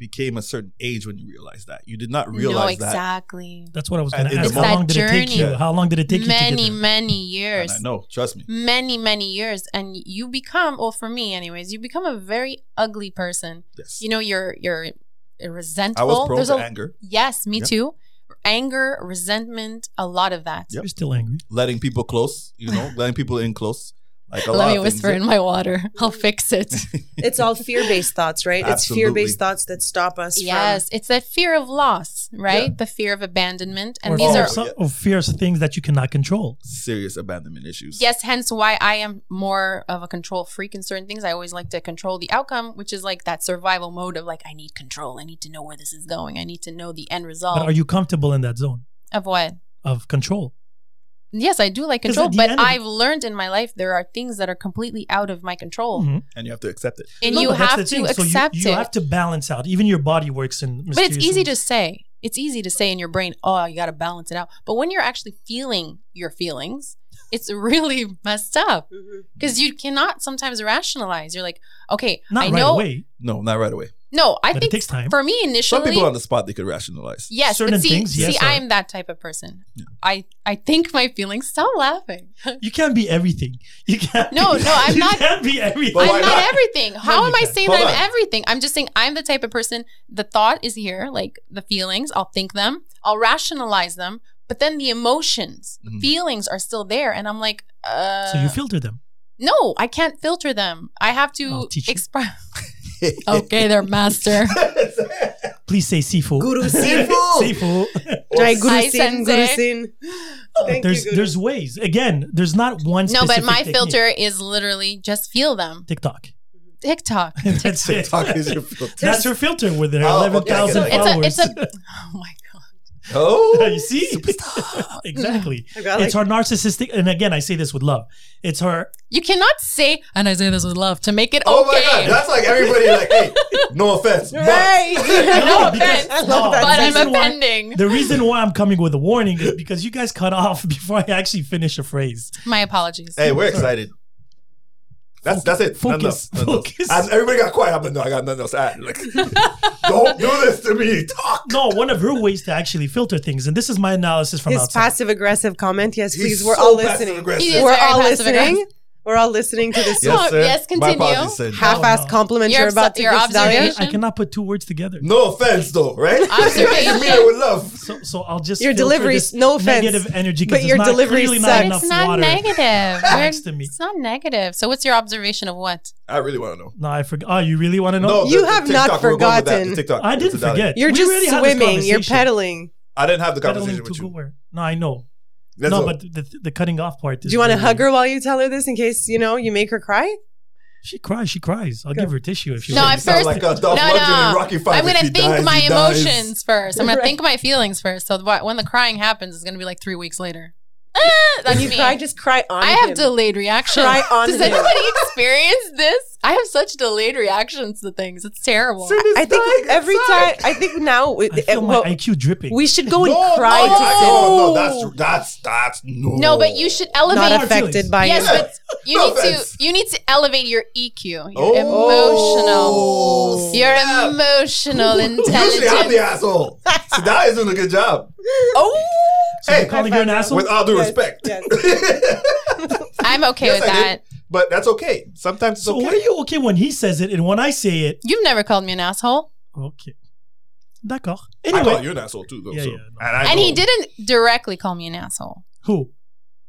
S3: became a certain age when you realized that. You did not
S2: no
S3: realize that.
S2: exactly
S4: That's what I was
S3: And
S4: going to
S3: in the
S4: ask. How
S3: moment-
S4: long did it take
S2: That
S4: you?
S3: journey.
S4: How long did it take you to
S2: many
S4: get there?
S2: many
S3: And
S2: years
S3: I know. Trust
S2: Mm,
S3: me.
S2: many many years and you become well for me anyways you become a very ugly person
S3: Yes.
S2: you know you're you're resentful
S3: I was prone
S2: There's
S3: to
S2: a-
S3: anger,
S2: yes me
S3: Yeah.
S2: too anger resentment a lot of that
S3: Yep.
S4: You're still angry.
S3: letting people close. You
S2: [laughs]
S3: know, letting people in close. Like a lot
S2: let me
S3: of things.
S2: whisper in
S3: [laughs]
S2: my water [laughs] i'll fix
S4: [laughs]
S2: it
S5: it's all fear-based thoughts right
S3: Absolutely.
S5: it's fear-based thoughts that stop us from
S2: yes it's that fear of loss right
S3: Yeah.
S2: the fear of abandonment and
S4: or
S2: these
S4: fear,
S3: fear.
S2: are
S4: of some- or fear of things that you cannot control.
S3: serious abandonment issues.
S2: yes hence why i am more of a control freak in certain things i always like to control the outcome which is like that survival mode of like i need control i need to know where this is going i need to know the end result
S4: But are you comfortable in that zone
S2: of what
S4: of control?
S2: Yes, I do like
S4: 'Cause
S2: control,
S4: at the
S2: but
S4: end of it-
S2: I've learned in my life there are things that are completely out of my control,
S4: Mhm.
S3: And you have to accept it.
S2: Oh. and
S4: No,
S2: you
S4: but that's
S2: have
S4: the
S2: to
S4: thing. So you-
S2: accept
S4: you,
S2: it.
S4: have to balance out. Even your body works in
S2: but it's easy to say. It's easy to say in your brain, "Oh, you got to balance it out." But when you're actually feeling your feelings, it's [laughs] really messed up
S3: Mm-hmm.
S5: Mhm.
S2: because you cannot sometimes rationalize. You're like, "Okay,
S4: Not
S2: I
S4: right
S2: know."
S4: away.
S3: No, not right away.
S2: No, I
S4: But it
S2: think
S4: takes time.
S2: for me
S3: Some
S2: initially.
S3: people on the spot they could rationalize. [laughs]
S2: Yes,
S4: Certain
S2: but see,
S4: things, yes,
S2: see,
S4: are-
S2: I'm that type of person. I I think my feelings. Stop laughing.
S4: You can't be everything. You can't.
S2: No,
S4: be-
S2: no, I'm
S4: [laughs] you
S2: not-
S4: can't be everything.
S3: But why
S2: I'm not,
S3: not?
S2: everything. How
S4: you
S2: am I
S4: can't.
S2: saying
S3: Hold
S2: that I'm
S3: on.
S2: everything? I'm just saying I'm the type of person. The thought is here, like the feelings. I'll think them. I'll rationalize them. But then the emotions, the
S3: Mhm.
S2: feelings are still there, and I'm like, uh,
S4: Mm-hmm. so you filter them.
S2: no, I can't filter them. I have to
S4: I'll teach you. [laughs]
S2: express. okay, there, master.
S4: Please say seafood.
S5: Guru
S3: [laughs]
S5: Sifu.
S4: [laughs] seafood.
S2: Sai
S5: Jai Guru Singh, Guru
S2: Sensei.
S5: Singh. Thank you,
S4: there's
S5: Guru.
S4: there's ways. Again, there's not one.
S2: no, but
S4: specific
S2: my
S4: technique.
S2: filter is literally just feel them.
S4: TikTok. [laughs]
S2: TikTok.
S4: That's it.
S3: TikTok is
S2: [laughs]
S3: your filter. [laughs]
S4: That's her filter with her
S3: Oh,
S4: eleven thousand
S3: okay, I
S4: followers.
S2: It's a.
S4: [laughs]
S2: It's a. Oh my god. [laughs]
S3: Oh,
S4: you see, [laughs] exactly.
S5: I got [laughs] like-
S4: it's her narcissistic, and again, I say this with love. It's her.
S2: You cannot say, and I say this with love to make it
S3: Oh
S2: okay. [laughs]
S3: my god, that's like everybody like, hey, no offense, but [laughs]
S5: Right.
S2: no
S4: [laughs] No, because-
S2: offense,
S4: no,
S2: but
S4: the
S2: I'm
S4: reason why-
S2: offending.
S4: The reason why I'm coming with a warning
S5: [laughs]
S4: is because you [laughs] guys cut off before I actually finish a phrase.
S2: My apologies.
S3: hey, we're excited. That's that's it. Nothing
S4: Focus.
S3: else. Nothing else.
S4: Focus.
S3: And everybody got quiet. I'm like, no, I got nothing else. to add. Like, [laughs] don't do this to me. Talk.
S4: No, one of her ways to actually filter things, and this is my analysis from
S5: His
S4: outside.
S5: passive aggressive comment. Yes, please.
S3: He's
S5: We're
S3: so
S5: all
S3: passive
S5: listening.
S3: aggressive.
S2: He is
S5: We're
S2: very
S5: all
S2: passive
S5: listening. We're all listening to this
S2: Yes, sir. Yes,
S6: My
S2: continue.
S6: apologies, sir.
S5: half-assed
S4: Oh, no.
S5: compliment
S2: Your
S5: you're about
S2: obs- your
S5: to give Dalia.
S2: observation.
S4: I cannot put two words together.
S3: No offense, though, right?
S2: Observation.
S3: you mean it with love.
S4: So, so I'll just
S5: Your
S4: filter
S5: delivery-
S4: this
S5: no offense,
S4: negative energy, 'cause
S5: but
S4: there's
S5: your
S4: not-
S5: delivery
S4: clearly
S5: sucks.
S4: not enough
S2: It's not
S4: water.
S5: [laughs]
S2: negative.
S4: Next to me.
S2: It's not negative. So what's your observation of what?
S3: I really want to know.
S4: No, I forgot. Oh, you really want to know?
S3: No,
S5: You
S3: the- the
S5: have
S3: TikTok,
S5: not
S3: we're going with that,
S5: forgotten.
S3: the TikTok.
S4: I didn't
S3: It's a dialogue.
S4: forget.
S5: You're
S4: We
S5: just
S4: already had this
S5: swimming. You're
S4: conversation.
S5: pedaling.
S3: I didn't have the
S4: Pedaling
S3: conversation
S4: to
S3: with
S4: go
S3: you.
S4: where? No, I know.
S3: That's
S4: no,
S3: all.
S4: but the, the cutting off part. Is
S5: Do you want to
S4: really-
S5: hug her while you tell her this in case, you know, you make her cry?
S4: She cries. She cries. I'll
S5: Go.
S4: give her tissue if she.
S2: No, at
S4: wants.
S3: You sound
S2: first,
S3: like
S2: no,
S3: a Dolph Lundgren in
S2: no.
S3: Rocky Five.
S2: I'm
S3: If
S2: gonna
S3: he
S2: think
S3: dies,
S2: my
S3: he dies.
S2: emotions first. I'm gonna
S5: Right.
S2: think my feelings first. So wh- when the crying happens, it's gonna be like three weeks
S5: [laughs]
S2: later. Ah, that's
S5: When you
S2: me.
S5: cry, just cry on
S2: I have
S5: him.
S2: delayed reactions.
S5: Cry on
S2: Does
S5: him. [laughs]
S2: anybody experience this? I have such delayed reactions to things. It's terrible.
S3: Sid is
S5: I
S3: dying
S5: think every time,
S3: inside.
S5: I think now, we-
S4: I feel
S5: well,
S4: my IQ dripping.
S5: we should go and
S3: no,
S5: cry
S3: no, I-
S5: to
S3: no, no,
S2: Sid.
S3: that's that's that's no.
S2: No, but you should
S5: Sid.
S2: elevate.
S5: Not
S4: our
S5: affected
S4: feelings.
S5: by
S2: yes, [laughs]
S5: it.
S3: Yeah.
S2: but you
S3: No
S2: need
S3: offense.
S2: to you need to elevate your EQ, your
S3: Oh,
S2: emotional, your
S3: snap.
S2: emotional
S3: Usually I'm the
S2: intelligence.
S5: [laughs]
S3: asshole. Sadai is doing a good job.
S5: Oh,
S4: so
S3: Hey,
S4: you're calling her an
S5: Yes.
S4: asshole.
S3: With all due
S5: Yes,
S3: respect.
S5: yes.
S2: I'm okay
S3: Yes,
S2: with
S3: I did.
S2: that.
S3: [laughs] But that's okay. Sometimes it's
S4: so what are
S3: okay.
S4: you okay when he says it and when I say it?
S2: You've never called me an asshole,
S4: Okay. D'accord.
S3: I
S4: Anyway,
S3: thought you an asshole too, though.
S4: Yeah,
S3: so.
S4: yeah, no.
S3: and, I
S2: and he
S3: know-
S2: didn't directly call me an asshole,
S4: who?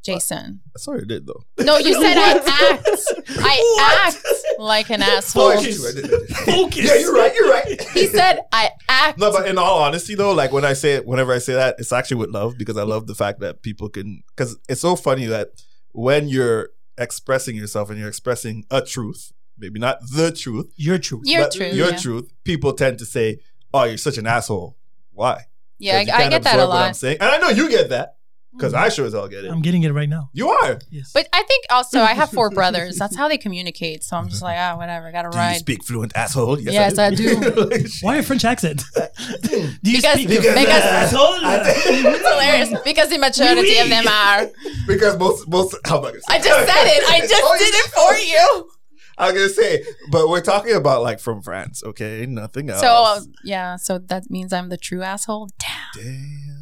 S2: Jason.
S6: Sorry, I did though.
S2: No, you said
S3: [laughs]
S2: I act. I
S3: What?
S4: [laughs]
S2: act like an
S3: Oh,
S2: asshole.
S3: it's true. I did, I did.
S4: Focus.
S3: Yeah, you're right. You're right.
S4: [laughs]
S2: He said I act.
S3: No, but in all honesty, though, like when I say it, whenever I say that, it's actually with love because I love the fact that people can. Because it's so funny that when you're expressing yourself and you're expressing a truth, maybe not the truth,
S4: Your truth.
S2: your
S3: but
S2: truth.
S3: your
S2: yeah,
S3: truth, people tend to say, "Oh, you're such an asshole." Why?
S2: yeah
S3: 'Cause you
S2: I, I
S3: can't
S2: get that
S3: absorb
S2: a
S3: what I'm
S2: lot.
S3: saying, and I know you get that because I sure as hell get it.
S4: Mm. I'm getting it right now.
S3: you are.
S4: Yes.
S2: But I think also I have
S3: [laughs]
S2: four brothers. That's how they communicate. So I'm just like, ah, whatever. Gotta
S3: Do you
S2: ride.
S3: speak fluent asshole?
S2: Yes, I
S4: [laughs]
S2: do.
S3: Like, shit.
S4: Why a French accent? [laughs] Do you
S2: Because-
S4: speak
S3: because-
S4: French
S3: I
S4: accent?
S3: think-
S2: It's hilarious because the maturity
S3: Oui, oui.
S2: of them are.
S3: [laughs] because most most. How am I gonna say?
S2: I just said it. I just
S3: [laughs] Oh, you
S2: did it for you.
S3: I was gonna say, but we're talking about like from France, okay? Nothing else.
S2: So uh, um, yeah, so that means I'm the true asshole. Damn.
S3: damn.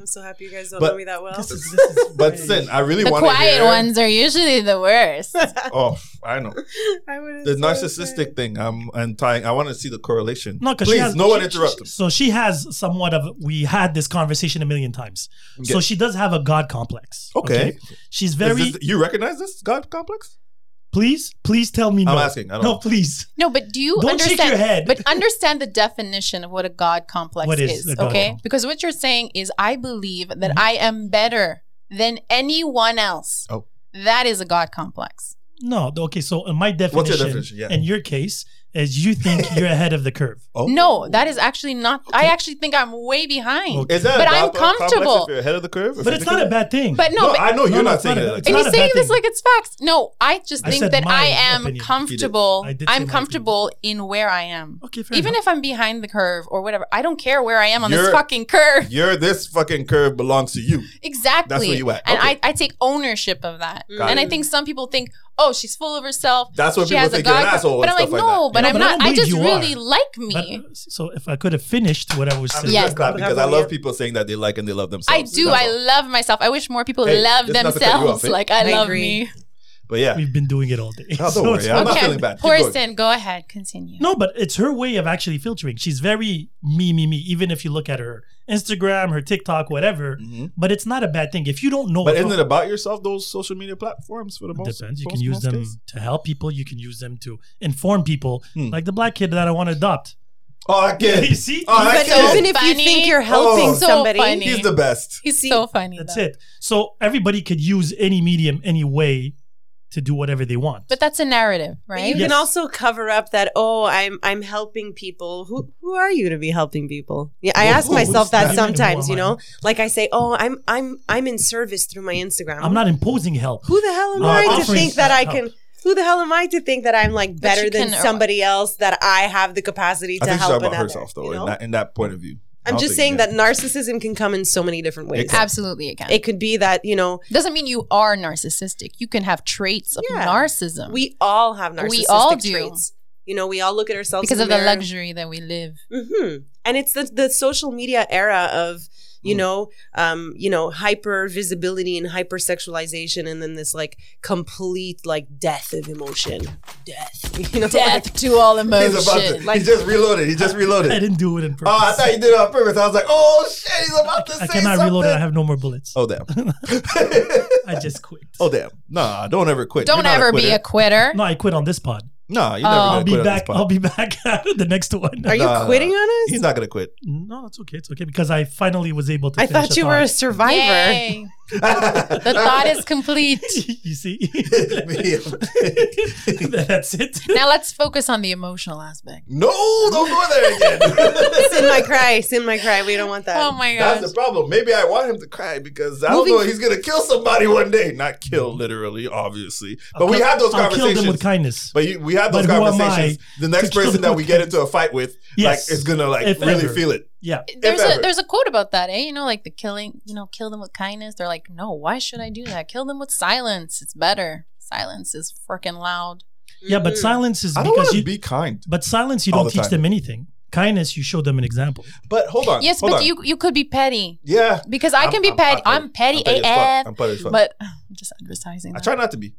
S5: I'm so happy you guys don't
S3: But-
S5: know me that well.
S4: This is- this
S3: [laughs]
S4: is-
S3: But sin, I really
S2: The
S3: want to
S2: quiet
S3: hear.
S2: ones are usually the
S4: [laughs]
S2: worst.
S3: Oh, I know
S5: [laughs] I wouldn't
S3: the
S5: say
S3: narcissistic
S5: that.
S3: thing. I'm untying. I want to see the correlation.
S4: No, because
S3: please,
S4: she has,
S3: no one
S4: she-
S3: interrupt
S4: she- So she has somewhat of. We had this conversation a million times. So
S3: Okay.
S4: she does have a god complex.
S3: Okay.
S4: She's
S3: Is
S4: very.
S3: this- you recognize this god complex?
S4: please, please tell me no.
S3: I'm asking. I don't.
S4: No, please.
S2: No, but do you
S4: Don't shake
S2: understand?
S4: your head.
S2: But understand the definition of what a god complex
S4: What is
S2: is,
S4: a god
S2: okay?
S4: complex? Mm-hmm.
S2: Because what you're saying is, I believe that I am better than anyone else.
S3: Oh.
S2: That is a god complex.
S4: No. Okay. So in my definition,
S3: What's your definition? Yeah.
S4: in your case, is you think
S3: [laughs]
S4: you're ahead of the curve.
S3: Oh.
S2: No, that is actually not. I actually think I'm way behind.
S4: Okay.
S3: Is that? a
S2: But
S3: god
S2: I'm
S3: co- complex
S2: comfortable.
S3: If you're ahead of the curve, If
S4: But
S3: you
S4: it's
S3: think
S4: not a
S3: of-
S4: bad thing.
S2: But no,
S3: No,
S2: but,
S3: I know
S4: No,
S3: you're
S4: no,
S3: not
S4: it's
S3: saying
S4: not a-
S3: it. like
S4: it's
S3: that.
S2: and
S4: not
S2: he's
S4: a bad
S2: saying this
S4: thing.
S2: like it's facts. No, I just
S4: I
S2: think
S4: said
S2: that
S4: my
S2: I am
S4: opinion. You did.
S2: comfortable.
S4: I did say
S2: I'm
S4: my
S2: comfortable in where I am.
S4: Okay. Fair
S2: Even
S4: enough.
S2: if I'm behind the curve or whatever, I don't care where I am on this
S3: You're-
S2: fucking curve.
S3: You're this fucking curve belongs to you.
S2: Exactly.
S3: you at.
S2: And
S3: Okay.
S2: I, I take ownership of that.
S3: Got
S2: and
S3: it.
S2: I think some people think, oh, she's full of herself.
S3: That's what
S2: she
S3: people
S2: has a
S3: think you're
S2: god.
S3: an asshole.
S2: but
S3: and
S2: I'm like,
S3: stuff like that.
S2: no, but
S4: No,
S2: I'm
S4: but I
S2: not.
S4: don't
S2: I,
S4: believe
S2: just
S4: you
S2: really
S4: are.
S2: like
S4: But,
S2: me.
S4: uh, so if I could have finished what I was
S3: I'm
S4: saying.
S3: just
S2: Yes.
S3: glad because I
S5: Happily
S3: love
S5: ever-
S3: people saying that they like and they love
S4: uh,
S3: themselves.
S2: I do.
S3: That's
S2: I
S3: all.
S2: love myself. I wish more people
S3: Hey,
S2: love
S3: this is not to cut you
S2: themselves.
S3: off, eh?
S2: like I,
S5: I
S2: love
S5: agree.
S2: me.
S3: But yeah,
S4: We've been doing it all day.
S3: Oh, don't
S4: [laughs] So
S3: worry,
S4: it's
S3: I'm
S4: fine.
S3: not feeling bad. Keep going.
S2: Horson, go ahead. Continue.
S4: No, but it's her way of actually filtering. She's very me, me, me. Even if you look at her Instagram, her TikTok, whatever,
S3: Mhm.
S4: but it's not a bad thing if you don't know.
S3: But
S4: if-
S3: isn't it about yourself? Those social media platforms for the most.
S4: depends. You
S3: most-
S4: can use
S3: most
S4: them [laughs]
S3: case?
S4: to help people. You can use them to inform people,
S3: Hmm.
S4: like the black kid that I want to adopt.
S3: Oh, I
S4: You
S3: can.
S4: see,
S3: Oh, I
S5: But
S3: can.
S5: even if you
S2: Funny.
S5: think you're helping
S3: Oh.
S2: So
S5: somebody,
S2: funny.
S3: He's the best.
S2: He's
S5: See,
S2: so funny.
S4: that's
S2: though.
S4: it. So everybody could use any medium, any way to do whatever they want.
S2: But that's a narrative,
S5: But You
S2: right?
S4: Yeah.
S5: can
S4: Yes.
S5: also cover up that oh I'm I'm helping people. Who who are you to be helping people? Yeah, I
S4: Well,
S5: ask
S4: who-
S5: myself
S4: who's
S5: that
S4: that?
S5: sometimes,
S4: Who
S5: you
S4: am
S5: know? Like I say, "Oh, I'm I'm I'm in service through my Instagram."
S4: I'm not imposing help.
S5: Who the hell am
S4: No,
S5: I to
S4: offering
S5: think that I
S4: help.
S5: can who the hell am I to think that I'm like better
S2: you
S5: than
S2: can- uh,
S5: somebody else that I have the capacity
S3: I
S5: to
S3: think she's
S5: help
S3: talking about
S5: another,
S3: herself though,
S5: you know?
S3: in that in that point of view.
S5: I'm
S3: I'll
S5: just
S3: take
S5: saying
S3: that.
S5: that narcissism can come in so many different ways.
S2: Absolutely, it can.
S5: It could be that, you know,
S2: Doesn't mean you are narcissistic. You can have traits of
S5: Yeah.
S2: narcissism
S5: we all have narcissistic
S2: We all do.
S5: traits. You know, we all look at ourselves
S2: because
S5: in
S2: of the
S5: mirror.
S2: luxury that we live.
S5: hmm And it's the, the social media era of,
S2: Mm.
S5: you know, um, you know, hyper visibility and hypersexualization, and then this like complete like death of emotion, death, [laughs] you know, like-
S2: Death to all
S3: [laughs]
S2: emotion.
S3: He's about to. he just reloaded. He
S4: [laughs]
S3: just
S4: I
S3: reloaded.
S4: didn't do it in purpose.
S3: Oh, I thought you did it on purpose. I was like, oh shit, he's about to
S4: I
S3: say
S4: cannot
S3: something.
S4: reload it. I have no more bullets.
S3: oh damn.
S4: [laughs] I just quit.
S3: [laughs] oh damn. Nah, don't ever quit. You're
S2: Don't
S3: not
S2: ever
S3: quitter.
S2: be a quitter.
S4: No, I quit on this pod.
S3: Nah, you're never
S2: I'll
S3: gonna
S4: I'll be
S3: quit on this
S4: back.
S3: pod.
S4: I'll be [laughs] back at the next one.
S5: are you
S3: Nah, nah,
S5: quitting
S3: nah.
S5: on us?
S3: He's not gonna quit.
S4: [laughs]
S3: [laughs]
S4: No, it's okay. It's okay because I finally was able to.
S5: I
S4: finish
S5: thought
S4: a
S5: you were a
S4: thought.
S5: survivor. [laughs]
S2: Yay. the thought is complete.
S4: [laughs] you see,
S3: Me.
S4: that's it.
S2: Now let's focus on the emotional aspect.
S3: no, don't go there
S2: [laughs]
S3: again.
S5: Sin my cry, sin my cry. We don't want that.
S2: Oh my gosh.
S3: That's the problem. Maybe I want him to cry because I
S5: Moving-
S3: don't know he's gonna kill somebody one day. Not kill literally, obviously. But we
S4: Mm-hmm. I'll-
S3: have those
S4: I'll
S3: conversations.
S4: Kill them with kindness.
S3: But you, we have those
S4: But who am
S3: conversations. The next
S4: to kill
S3: person that we
S4: them?
S3: get into a fight with,
S4: Yes.
S3: like, is gonna like
S4: If
S3: really
S4: ever.
S3: feel it.
S4: yeah,
S2: there's
S3: ever.
S2: a there's a quote about that, eh? You know, like the killing, you know, kill them with kindness. They're like, no, why should I do that? Kill them with silence. It's better. Silence is freaking loud.
S4: yeah, but
S5: Mhm.
S4: silence is
S3: I don't want
S4: because
S3: to
S4: you.
S3: be kind.
S4: but silence, you
S3: all
S4: don't
S3: the
S4: teach
S3: time.
S4: them anything. Kindness, you show them an example.
S3: But hold on.
S2: Yes,
S3: Uh, hold
S2: but
S3: on.
S2: you you could be petty
S3: Yeah.
S2: because I can be
S3: I'm-
S2: petty. I'm,
S3: I'm
S2: petty
S3: I'm petty as
S2: AF,
S3: fuck. I'm petty as fuck.
S2: but [sighs] I'm just advertising.
S3: I
S2: that.
S3: try not to be.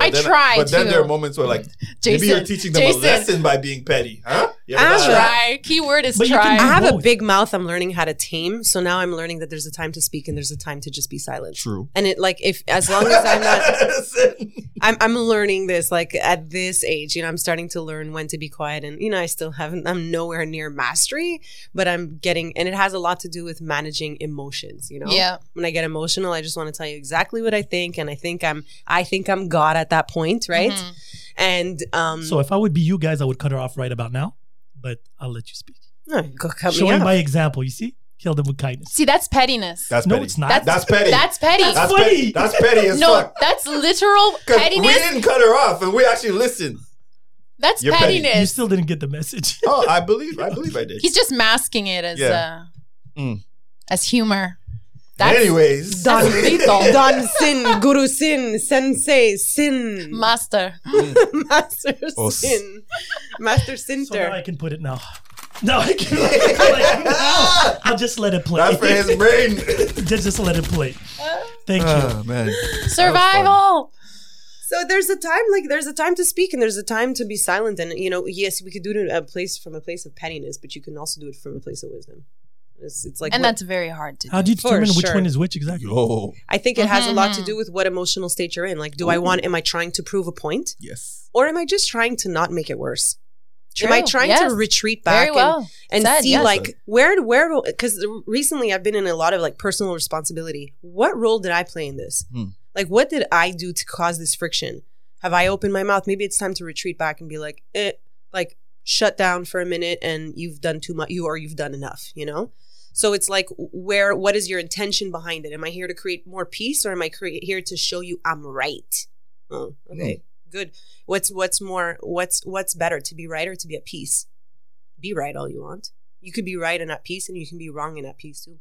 S2: I
S3: then,
S2: try
S3: But then
S2: to.
S3: there are moments where like maybe you're teaching them
S2: Jason,
S3: a lesson by being petty, huh? You ever
S5: I
S3: thought of that?
S2: Try. Keyword is
S4: But you
S2: try.
S4: can
S5: I have a
S4: Both.
S5: big mouth. I'm learning how to tame. So now I'm learning that there's a time to speak and there's a time to just be
S3: [laughs]
S5: silent.
S3: True.
S5: And it like if as long as I'm not
S2: [laughs]
S3: Listen.
S5: I'm I'm learning this like at this age, you know, I'm starting to learn when to be quiet and you know, I still haven't I'm nowhere near mastery, but I'm getting and it has a lot to do with managing emotions, you know.
S2: yeah,
S5: When I get emotional, I just want to tell you exactly what I think and I think I'm I think I'm God at that point, right?
S2: Mhm.
S5: And um
S4: So if I would be you guys, I would cut her off right about now. But I'll let you speak.
S5: no, go cut me
S4: Showing
S5: [laughs] off.
S4: by example, you see, kill them with kindness.
S2: See, that's pettiness.
S3: [laughs] That's
S4: no,
S3: petty.
S4: it's not.
S2: That's-
S3: That's petty.
S2: That's petty.
S4: That's
S3: That's
S4: funny.
S3: petty. That's petty as
S2: no,
S3: fuck.
S2: that's literal
S3: 'Cause We
S2: pettiness.
S3: didn't cut her off, and we actually listened.
S2: That's
S3: You're petty.
S4: you
S2: pettiness.
S4: still didn't get the
S5: [laughs]
S4: message.
S3: Oh, I believe. I believe I did.
S2: He's just masking it as
S3: Yeah.
S2: uh,
S3: Mm.
S2: as humor. That's
S3: Anyways,
S2: That's lethal.
S5: Don Sin, Guru Sin, Sensei
S2: [laughs]
S5: Sin, [laughs]
S2: master.
S5: Master
S3: Oh, s-
S5: Sin, Master Sinter.
S4: So now I can put it now. [laughs] No, I can. like, no, I'll just let it play. [laughs]
S3: that's for his brain. [laughs]
S4: just, just let it play. Thank you.
S3: oh man.
S2: Survival.
S5: So there's a time like there's a time to speak and there's a time to be silent and you know yes we could do it in a place from a place of pettiness but you can also do it from a place of wisdom. It's, it's like
S2: and
S5: what-
S2: that's very hard to do.
S4: How do you
S5: For
S4: determine which
S5: sure.
S4: one is which exactly?
S3: Yo.
S5: I think it has a
S2: Mm-hmm.
S5: lot to do with what emotional state you're in. Like do I want am I trying to prove a point
S3: Yes.
S5: or am I just trying to not make it worse? Am I
S2: True,
S5: trying
S2: yes.
S5: to retreat back
S2: Very
S5: and-
S2: well.
S5: and
S2: said,
S5: see
S2: yes.
S5: like where where because recently I've been in a lot of like personal responsibility. What role did I play in this?
S3: Hmm.
S5: Like, what did I do to cause this friction? Have I opened my mouth? Maybe it's time to retreat back and be like, eh, like shut down for a minute, and you've done too much, you or you've done enough, you know. So it's like, where? What is your intention behind it? Am I here to create more peace, or am I cre- here to show you I'm right? Oh, okay, good. What's what's more? What's what's better to be right or to be at peace? Be right all you want. You could be right and at peace, and you can be wrong and at peace too.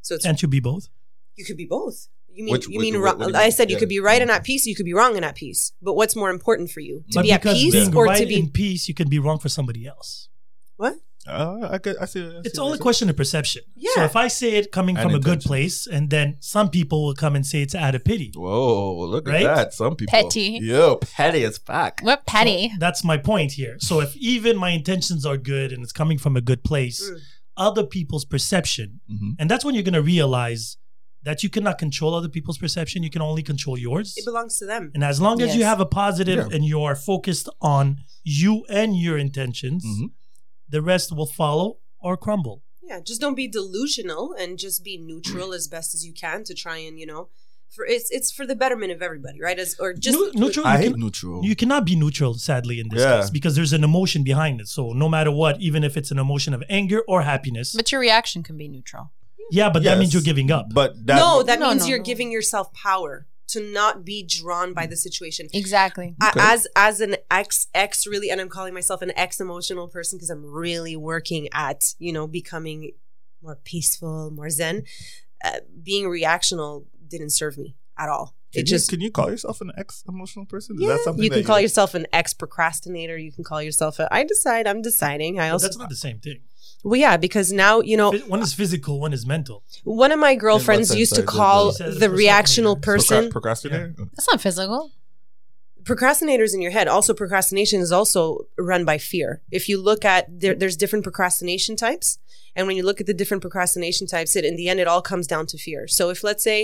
S5: So it's
S4: Can't you be both?
S5: you could be both. You mean
S3: Which-
S5: you
S3: wh-
S5: mean
S3: wh-
S5: wrong,
S3: what do you
S5: I
S3: mean?
S5: said you
S3: Yeah.
S5: could be right and at peace, you could be wrong and at peace. But what's more important for you? To
S4: Mm. But
S5: be at
S4: because
S5: peace
S4: being
S5: or
S4: right
S5: to be
S4: in peace, you can be wrong for somebody else.
S5: what?
S3: Uh, I could. I see. I see
S4: It's
S3: what
S4: all a
S3: you're
S4: question of perception. So
S5: Yeah.
S4: if I say it coming
S3: And
S4: from a good
S3: intention.
S4: place, and then some people will come and say it's out of pity.
S3: saying. Whoa! Look
S4: Right?
S3: at that. Some people
S2: Petty.
S3: Yo, petty as fuck.
S2: What petty?
S4: That's my point here. So if even my intentions are good and it's coming from a good place,
S5: Mm.
S4: other people's perception,
S3: Mhm.
S4: and that's when you're going to realize that you cannot control other people's perception. You can only control yours.
S5: It belongs to them.
S4: And as long as you
S2: Yes.
S4: have a positive
S3: Yeah.
S4: and you are focused on you and your intentions,
S3: Mhm.
S4: the rest will follow or crumble.
S5: Yeah, just don't be delusional and just be
S3: [clears throat]
S5: neutral as best as you can to try and, you know, for it's it's for the betterment of everybody, right? As or just
S4: Neu- neutral,
S3: I
S4: you
S3: hate
S4: can-
S3: neutral.
S4: You cannot be neutral, sadly, in this
S3: Yeah.
S4: case, because there's an emotion behind it. So no matter what, even if it's an emotion of anger or happiness,
S2: But your reaction can be neutral.
S4: yeah, but that means
S3: Yes.
S4: you're giving up.
S3: But that,
S5: No, that
S2: No,
S5: means
S2: no,
S5: you're
S2: no.
S5: giving yourself power to not be drawn by the situation.
S2: Exactly.
S5: I-
S3: Okay.
S5: as as an ex ex really and i'm calling myself an ex emotional person because i'm really working at you know becoming more peaceful, more zen. Uh, being reactional didn't serve me at all.
S3: Can,
S5: it
S3: you,
S5: just
S3: can you call yourself an ex emotional person?
S5: yeah, you
S3: that
S5: can call yourself an ex procrastinator. You can call yourself a I decide, I'm deciding. I
S4: But
S5: also
S4: that's not the same thing.
S5: Well yeah, because now, you know,
S4: Phys- One is physical, one is mental.
S5: one of my girlfriends
S3: sense,
S5: used to
S3: sorry, the-
S5: call
S4: the- You said
S5: the
S4: procrastinator.
S5: reactional
S4: Procra-
S5: person
S3: procrastinator?
S2: That's not physical.
S5: procrastinators in your head also procrastination is also run by fear if you look at there, there's different procrastination types and when you look at the different procrastination types it in the end it all comes down to fear so if let's say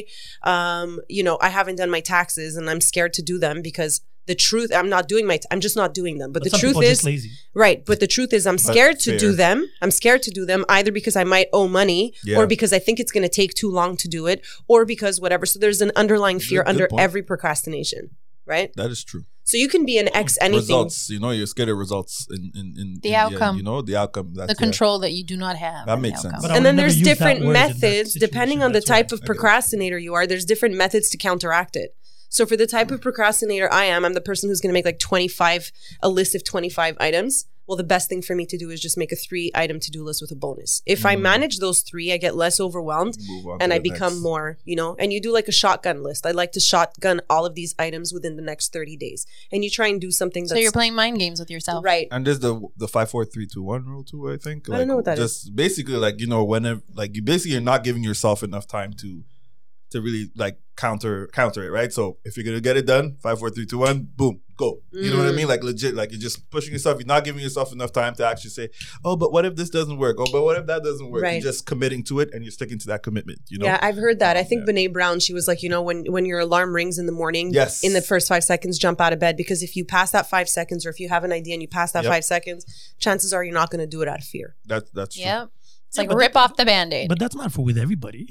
S5: um, you know i haven't done my taxes and i'm scared to do them because the truth i'm not doing my t- i'm just not doing them but, the
S4: some
S5: truth
S4: people are
S5: is
S4: just lazy.
S5: Right, but the truth is, I'm scared to do
S3: fair.
S5: them. I'm scared to do them either because I might owe money,
S3: Yeah.
S5: or because I think it's going to take too long to do it, or because whatever. So there's an underlying fear
S3: Good- good
S5: under
S3: point.
S5: every procrastination, right?
S3: That is true.
S5: So you can be an ex anything.
S3: Results, you know, you're scared of results in in, in in
S2: The
S3: end,
S2: outcome.
S3: you know, the outcome. That's
S2: The
S3: yeah.
S2: control that you do not have.
S3: That
S2: and the
S3: makes sense.
S2: outcome.
S4: But I
S5: and
S4: would
S5: then
S4: never
S5: there's
S4: use that
S5: different
S4: word in that
S5: methods depending
S4: situation.
S5: on the
S4: That's why-
S5: type of procrastinator you are. There's different methods to counteract it. So for the
S4: Hmm.
S5: type of procrastinator I am, I'm the person who's going to make like 25 a list of 25 items. Well, the best thing for me to do is just make a three item to do list with a bonus. If I
S4: Hmm.
S3: Mm.
S5: manage those three, I get less overwhelmed
S3: Move on
S5: and
S3: to
S5: I
S3: the
S5: become
S3: next.
S5: more, you know, and you do like a shotgun list. I like to shotgun all of these items within the next 30 days. And you try and do something that's
S2: So you're playing mind games with yourself.
S5: right.
S3: And there's the the five four three two one rule too. I think
S5: I don't know what that is.
S3: just basically like you know whenever like you basically you're not giving yourself enough time to to really like counter counter it right. So if you're gonna get it done, five four three two one, boom, go. You know what I
S5: Mm.
S3: mean? Like legit, like you're just pushing yourself. You're not giving yourself enough time to actually say, oh, but what if this doesn't work? Oh, but what if that doesn't work?
S5: Right.
S3: You're just committing to it and you're sticking to that commitment. You know?
S5: Yeah, I've heard that. I think
S3: Yeah.
S5: Brene Brown, she was like, you know, when when your alarm rings in the morning,
S3: Yes.
S5: in the first five seconds, jump out of bed because if you pass that five seconds, or if you have an idea and you pass that
S3: Yep.
S5: five seconds, chances are you're not going to do it out of fear.
S3: That's that's true.
S2: Yep. It's
S4: Yeah,
S2: like
S4: but-
S2: rip off the band aid.
S4: But that's not for with everybody.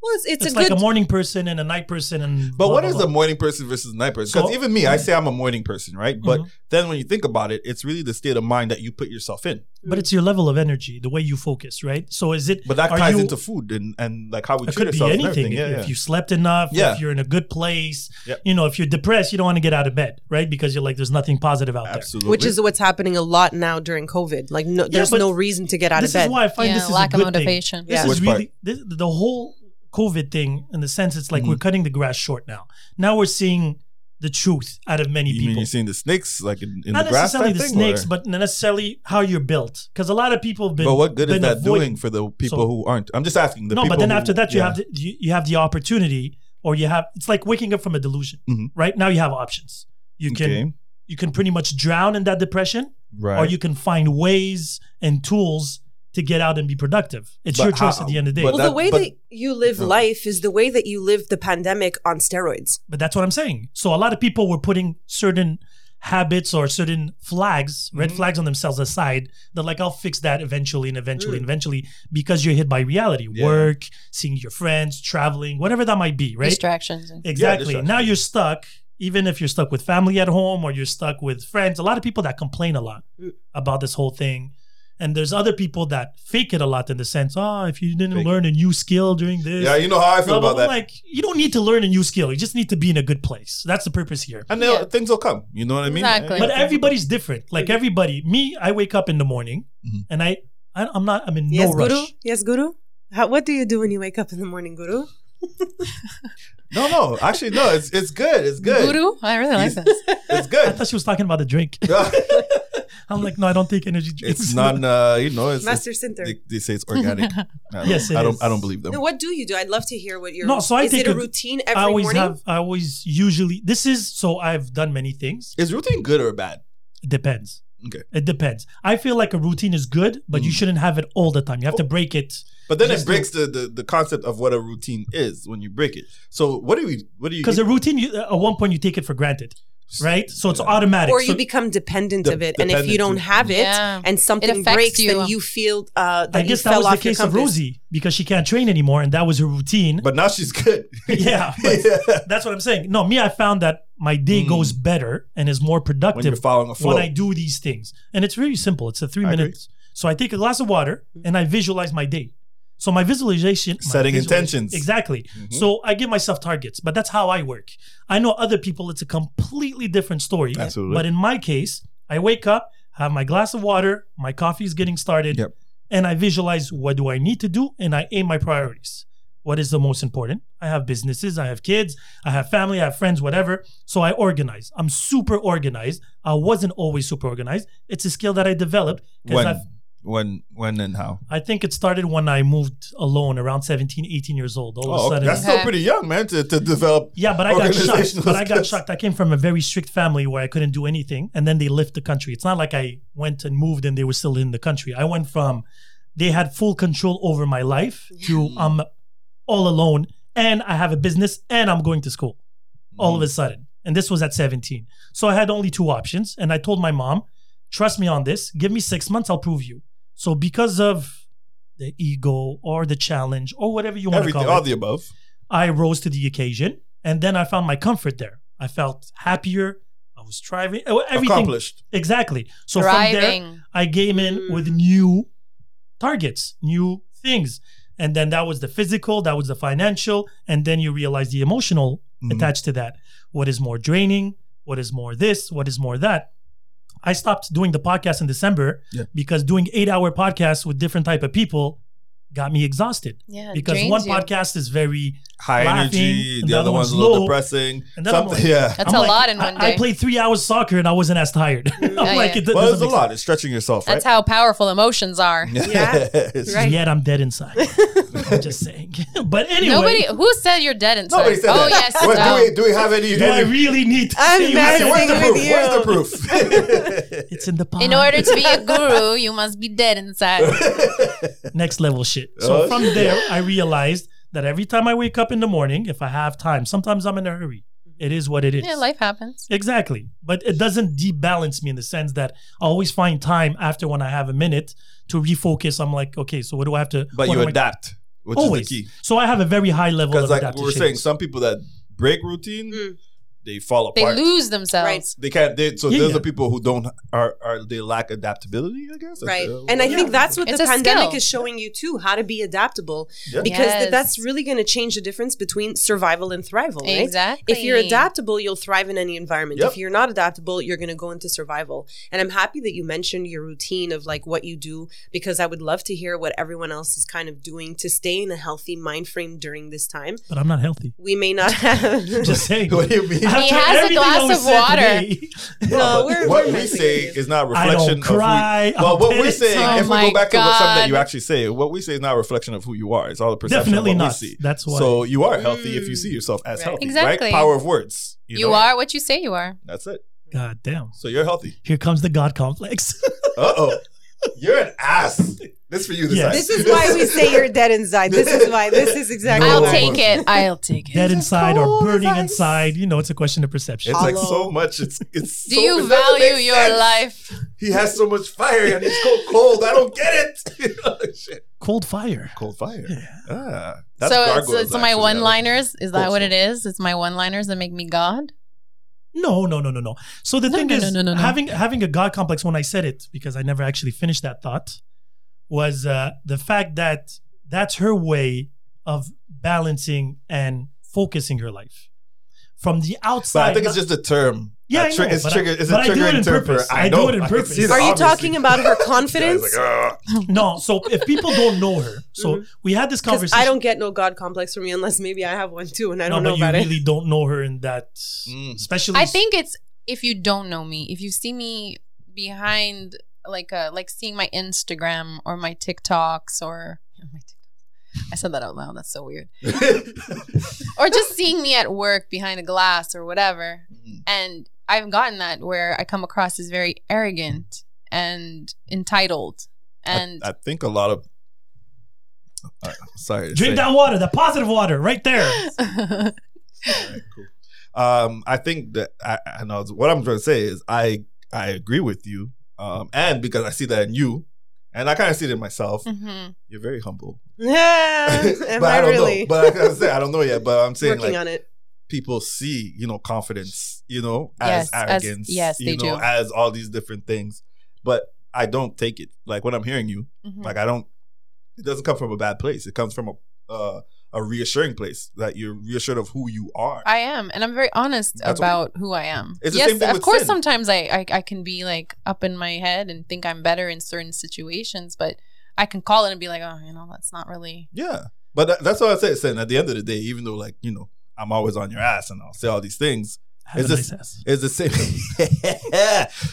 S5: Well, it's it's,
S4: It's,
S5: a
S4: like
S5: good.
S4: a morning person and a night person and.
S3: But
S4: blah,
S3: what
S4: blah,
S3: is
S4: blah.
S3: a morning person versus a night person? Because
S4: So- mm-hmm.
S3: even me, I say I'm a morning person, right? But
S4: Mhm.
S3: then when you think about it, it's really the state of mind that you put yourself in.
S4: But it's your level of energy, the way you focus, right? So is it?
S3: But that
S4: are
S3: ties
S4: you-
S3: into food and, and like how we
S4: It
S3: treat
S4: could be
S3: ourselves. and
S4: anything.
S3: everything. Yeah,
S4: if
S3: yeah.
S4: you slept enough,
S3: Yeah.
S4: if you're in a good place,
S3: Yeah.
S4: you know, if you're depressed, you don't want to get out of bed, right? Because you're like, there's nothing positive out there.
S3: Absolutely.
S5: which is what's happening a lot now during COVID. Like, no, there's
S4: but
S5: no reason to get out
S4: this
S5: of bed.
S4: is why I find
S2: yeah,
S4: this is
S2: lack
S4: a
S2: of
S4: good thing.
S2: motivation.
S4: This
S5: Yeah.
S4: is
S3: Which part?
S4: really this, the whole COVID thing in the sense it's like
S3: Mhm.
S4: we're cutting the grass short now. Now we're seeing the truth out of many
S3: you mean
S4: people.
S3: you're seeing the snakes like in, in
S4: Not
S3: the grass?
S4: necessarily
S3: type
S4: the
S3: thing,
S4: snakes,
S3: or-
S4: but not necessarily how you're built. Because a lot of people have been.
S3: but what good is
S4: been
S3: that
S4: avoid-
S3: doing for the people
S4: So-
S3: who aren't? I'm just asking. The
S4: no, but
S3: people
S4: then
S3: who-
S4: after that, you
S3: yeah.
S4: have the, you, you have the opportunity, or you have it's like waking up from a delusion.
S3: Mhm.
S4: Right now, you have options. You can
S3: Okay.
S4: you can pretty much drown in that depression,
S3: right.
S4: or you can find ways and tools to get out and be productive. It's
S3: But
S4: your choice
S3: how?
S4: at the end of the day.
S3: But
S5: well,
S3: that-
S5: the way
S3: but-
S5: that you live
S3: Okay.
S5: life is the way that you live the pandemic on steroids.
S4: But that's what I'm saying. So a lot of people were putting certain habits or certain flags, red
S3: Mhm.
S4: flags on themselves aside. They're like, I'll fix that eventually and eventually
S5: Mm.
S4: and eventually because you're hit by reality,
S3: Yeah.
S4: work, seeing your friends, traveling, whatever that might be, right?
S2: Distractions.
S4: exactly.
S3: distractions.
S4: now you're stuck, even if you're stuck with family at home or you're stuck with friends. A lot of people that complain a lot
S5: Mm.
S4: about this whole thing. And there's other people that fake it a lot in the sense, oh, if you didn't
S3: Fake it.
S4: learn a new skill during this,
S3: Yeah, you know how I feel
S4: blah, blah,
S3: about
S4: blah.
S3: that.
S4: Like you don't need to learn a new skill. You just need to be in a good place. That's the purpose here.
S3: and they'll-
S2: Yeah.
S3: things will come. You know what I mean?
S2: Exactly.
S4: But everybody's different.
S5: Mm.
S4: Like everybody, me, I wake up in the morning
S3: Mhm.
S4: and I, I, I'm not. I'm in no
S5: yes,
S4: rush.
S5: Guru. Yes, Guru. How, what do you do when you wake up in the morning, Guru?
S3: No, no. Actually, no. It's it's good. It's good.
S2: Voodoo? I really like
S3: He's-
S2: this.
S3: It's
S4: I
S3: good.
S4: thought she was talking about the drink. I'm like, no, I don't take energy drinks.
S3: it's not. Uh, you know, it's, it's
S5: Master Center.
S3: they, they say it's
S4: [laughs]
S3: organic. I don't,
S4: Yes, it
S3: I don't.
S4: is.
S3: I don't believe them.
S5: No, what do you do? I'd love to hear what your
S4: No, so I
S5: is
S4: take
S5: it a
S4: a-
S5: routine
S4: I
S5: every
S4: always
S5: morning?
S4: have. I always usually. This is so. I've done many things.
S3: Is routine good or bad?
S4: It depends.
S3: Okay.
S4: It depends. I feel like a routine is good, but you
S3: Mhm.
S4: shouldn't have it all the time. You have
S3: Oh.
S4: to break it.
S3: But then it
S4: Just
S3: breaks the, the, the concept of what a routine is when you break it. So what do we what do you
S4: Because a routine, you, at one point, you take it for granted, right? So it's
S3: Yeah.
S4: automatic.
S5: or you
S4: So-
S5: become dependent
S3: De-
S5: of it, and if you
S3: dependent
S5: don't
S3: to-
S5: have it,
S2: Yeah.
S5: and something
S2: affects
S5: breaks,
S2: you.
S5: then you feel uh, that
S4: I guess
S5: you
S4: that
S5: fell
S4: was
S5: off
S4: the case
S5: your
S4: of
S5: compass.
S4: Rosie because she can't train anymore, and that was her routine.
S3: But now she's good.
S4: [laughs]
S3: [laughs]
S4: yeah, but that's what I'm saying. No, me, I found that my day
S3: Mm.
S4: goes better and is more
S3: when you're
S4: productive
S3: following a flow.
S4: when I do these things. And it's really simple. It's a three
S3: I agree.
S4: minutes. So I take a glass of water and I visualize my day. So my visualization, my
S3: Setting
S4: visualiz-
S3: intentions.
S4: exactly.
S3: Mhm.
S4: So I give myself targets, but that's how I work. I know other people; it's a completely different story.
S3: Absolutely.
S4: But in my case, I wake up, have my glass of water, my coffee is getting started,
S3: Yep.
S4: and I visualize what do I need to do and I aim my priorities. What is the most important? I have businesses, I have kids, I have family, I have friends, whatever. So I organize. I'm super organized. I wasn't always super organized. It's a skill that I developed because
S7: When,
S4: I've
S7: when, when, and how?
S4: I think it started when I moved alone around 17, 18 years old. All of a
S3: Oh,
S4: sudden,
S3: that's still
S2: Okay.
S3: pretty young, man, to, to develop.
S4: yeah, but I got shocked.
S3: organizational
S4: But I got
S3: skills.
S4: shocked. I came from a very strict family where I couldn't do anything, and then they left the country. It's not like I went and moved and they were still in the country. I went from they had full control over my life to
S3: Mm-hmm.
S4: I'm all alone, and I have a business, and I'm going to school. All
S3: Mm-hmm.
S4: of a sudden, and this was at 17. So I had only two options, and I told my mom, "Trust me on this. Give me six months. I'll prove you." So because of the ego or the challenge or whatever you want to
S3: Everything,
S4: call it,
S3: all the above.
S4: I rose to the occasion, and then I found my comfort there. I felt happier. I was thriving. Oh, Everything
S3: Accomplished.
S4: exactly. [laughs] So from there,
S2: Thriving. Mm.
S4: I came in with new targets, new things, and then that was the physical, that was the financial, and then you realize the emotional
S7: Mhm.
S4: attached to that. What is more draining? What is more this? What is more that? I stopped doing the podcast in December
S7: Yeah.
S4: because doing eight-hour podcasts with different type of people got me exhausted.
S2: Yeah, it
S4: because
S2: drains
S4: one
S2: you.
S4: podcast is very
S3: High
S4: Laughing,
S3: energy.
S4: and
S3: The other one's a
S4: low.
S3: little depressing.
S4: And the other
S3: Something,
S4: [laughs] one-
S3: yeah.
S2: That's
S4: I'm
S2: a
S4: like,
S2: lot in one
S4: I,
S2: day.
S4: I played three hours soccer and I wasn't as tired. [laughs] I'm
S2: Yeah,
S4: like,
S2: yeah.
S4: it do-
S3: Well, it's
S4: doesn't
S3: a
S4: make sense.
S3: lot. It's stretching yourself,
S2: That's
S3: right?
S2: how powerful emotions are.
S5: Yeah.
S3: [laughs] It's-
S5: Right.
S4: Yet I'm dead
S2: [laughs]
S4: inside. I'm just saying. [laughs] but anyway,
S2: Nobody who said you're dead inside.
S3: Nobody said
S2: oh
S3: that.
S2: yes,
S3: What-
S2: no.
S3: do, we, do we have any?
S4: do I
S3: any
S4: really need to
S5: I'm
S4: say
S5: mad.
S3: Hey,
S4: what-
S3: where's the
S5: Sitting
S3: proof?
S5: with
S3: Where's the
S5: you.
S3: proof?
S4: It's in the pot.
S2: In
S5: Uh-huh.
S2: order to be
S5: [laughs]
S2: a guru, you must be dead
S3: [laughs]
S2: inside.
S4: Next level shit. So
S3: Oh,
S4: from
S3: shit.
S4: there, I realized that every time I wake up in the morning, if I have time, sometimes I'm in a hurry. It is what it is.
S2: yeah, life happens.
S4: Exactly. But it doesn't debalance me in the sense that I always find time after when I have a minute to refocus. I'm like, okay, so what do I have to
S3: [laughs] But
S4: what
S3: you
S4: am I-
S3: adapt, which
S4: always.
S3: is the key.
S4: So I have a very high level of
S3: Because like we
S4: adaptation.
S3: were saying, some people that break routine,
S5: Mm.
S3: they fall
S2: They
S3: apart.
S2: lose themselves.
S3: They can't. They, so
S4: Yeah,
S3: those
S4: yeah.
S3: are people who don't are are they lack adaptability. I guess.
S5: Right.
S3: Uh,
S5: And I
S3: yeah.
S5: think that's what
S2: It's
S5: the
S2: a
S5: pandemic
S2: skill.
S5: is showing you too, how to be adaptable.
S3: Yeah. [laughs]
S5: Because th-
S2: Yes.
S5: that's really going to change the difference between survival and thrival, right?
S2: Exactly.
S5: If you're adaptable, you'll thrive in any environment.
S3: Yep.
S5: If you're not adaptable, you're going to go into survival. And I'm happy that you mentioned your routine of like what you do because I would love to hear what everyone else is kind of doing to stay in a healthy mind frame during this time.
S4: but I'm not
S3: [laughs]
S4: healthy.
S5: We may
S2: [laughs]
S5: not have.
S4: Just saying.
S3: What do you mean?
S4: [laughs] After
S2: has a
S4: everything
S2: glass
S4: I was
S2: of
S4: said
S2: water.
S4: today,
S5: no, we're,
S3: what
S5: we're
S3: we
S5: messing
S3: say
S5: with you.
S3: is not
S4: I
S3: reflection
S4: don't cry.
S3: of who, well,
S4: I'm
S3: what we're
S4: pissed.
S3: saying.
S2: Oh
S3: if we
S2: my
S3: go back to what, something that you
S2: God.
S3: actually say, what we say is not a reflection of who you are. It's all a perception
S4: Definitely
S3: of what
S4: not.
S3: we see.
S4: That's why.
S3: So you are healthy if you
S5: Mm.
S3: see yourself as
S5: Right.
S3: healthy,
S2: Exactly.
S3: right? Power of words. You,
S2: you
S3: know?
S2: are what you say you are.
S3: That's it.
S4: God damn.
S3: So you're healthy.
S4: Here comes the God complex. [laughs]
S3: Uh oh. [laughs] You're an ass. This for you this
S4: Yes.
S3: time. [laughs]
S5: This is why we say you're dead inside. This is why. This [laughs] is exactly.
S2: I'll
S5: why.
S2: take
S3: [laughs]
S2: it. I'll take it.
S4: Dead inside or
S3: cold as
S4: burning
S3: ice.
S4: inside. You know, it's a question of perception.
S3: It's like
S5: Hollow.
S3: so much. It's it's. [laughs]
S2: Do
S3: so-
S2: you
S3: it doesn't
S2: value
S3: make
S2: your
S3: sense.
S2: life?
S3: He has so much fire and he's cold. cold. I don't get it. [laughs] You know, shit.
S4: Cold fire.
S3: Cold fire. Ah, that's
S2: So, it's-
S3: gargoyles,
S2: so my
S3: actually. I like it.
S2: one-liners. Is that
S3: Cool.
S2: what it is? It's my one-liners that make me God.
S4: No, no, no, no, no. So the
S2: No,
S4: thing
S2: no,
S4: is,
S2: no, no, no, no.
S4: having having a God complex when I said it, because I never actually finished that thought, was uh, the fact that that's her way of balancing and focusing her life from the outside.
S3: But I think it's just a term.
S4: Yeah,
S3: A
S4: I
S3: tri-
S4: know,
S3: it's
S4: but I-
S3: trigger. It's a
S4: but I do it
S3: triggering
S4: on
S3: term for.
S4: purpose. I do
S3: know,
S4: it on
S3: can
S4: purpose.
S3: see that,
S5: Are you
S3: obviously. [laughs]
S5: talking [laughs] about her
S3: Yeah,
S5: confidence?
S3: it's like, "Ah." "Ugh."
S4: no. So if people don't
S3: [laughs]
S4: know her, so
S3: Mm-hmm.
S4: we had this
S5: 'Cause
S4: conversation.
S5: I don't get no god complex for me unless maybe I have one too, and I don't
S4: no,
S5: know
S4: but
S5: about
S4: you
S5: it.
S4: really don't know her in that,
S3: Mm.
S4: especially.
S2: I think it's if you don't know me, if you see me behind like uh like seeing my Instagram or my TikToks or my TikToks. I said that out loud. That's so weird. or
S3: [laughs]
S2: just seeing me at work behind the glass or whatever.
S3: Mm.
S2: And I've gotten that where I come across as very arrogant and entitled. And [laughs]
S3: I think a lot of. Uh, sorry. to
S4: drink
S3: say.
S4: that water, the positive water, right
S2: [laughs]
S4: there.
S2: Mm-hmm.
S3: Um, I think that I, I know what I'm trying to say is I I agree with you. Um, and because I see that in you, and I kind of see it in myself.
S2: Mhm.
S3: You're very humble.
S5: [laughs] Yeah, Mm. Uh,
S3: [laughs]
S5: am
S3: but
S5: I,
S3: I, don't
S5: really
S3: know. But like I gotta say I don't know yet. But I'm saying
S5: [laughs] working
S3: like
S5: on it?
S3: people see, you know, confidence, you know,
S2: Yes,
S3: as
S2: as-
S3: arrogance,
S2: yes,
S3: you
S2: they
S3: know,
S2: do.
S3: as all these different things. But I don't take it like when I'm hearing you.
S2: Mhm.
S3: Like I don't. It doesn't come from a bad place. It comes from a uh, a reassuring place that you're reassured of who you are.
S2: I am, and I'm very honest
S3: That's what-
S2: about who I am.
S3: It's the
S2: yes,
S3: same thing
S2: of
S3: with
S2: course.
S3: sin.
S2: Sometimes I, I I can be like up in my head and think I'm better in certain situations, but I can call it and be like, oh, you know, that's not
S3: [laughs]
S2: really.
S3: Yeah. But that, that's what I said. Saying at the end of the day, even though like you know I'm always on your ass and I'll say all these things,
S4: Have
S3: Is
S4: a
S3: this-
S4: nice ass.
S3: it's the same. [laughs]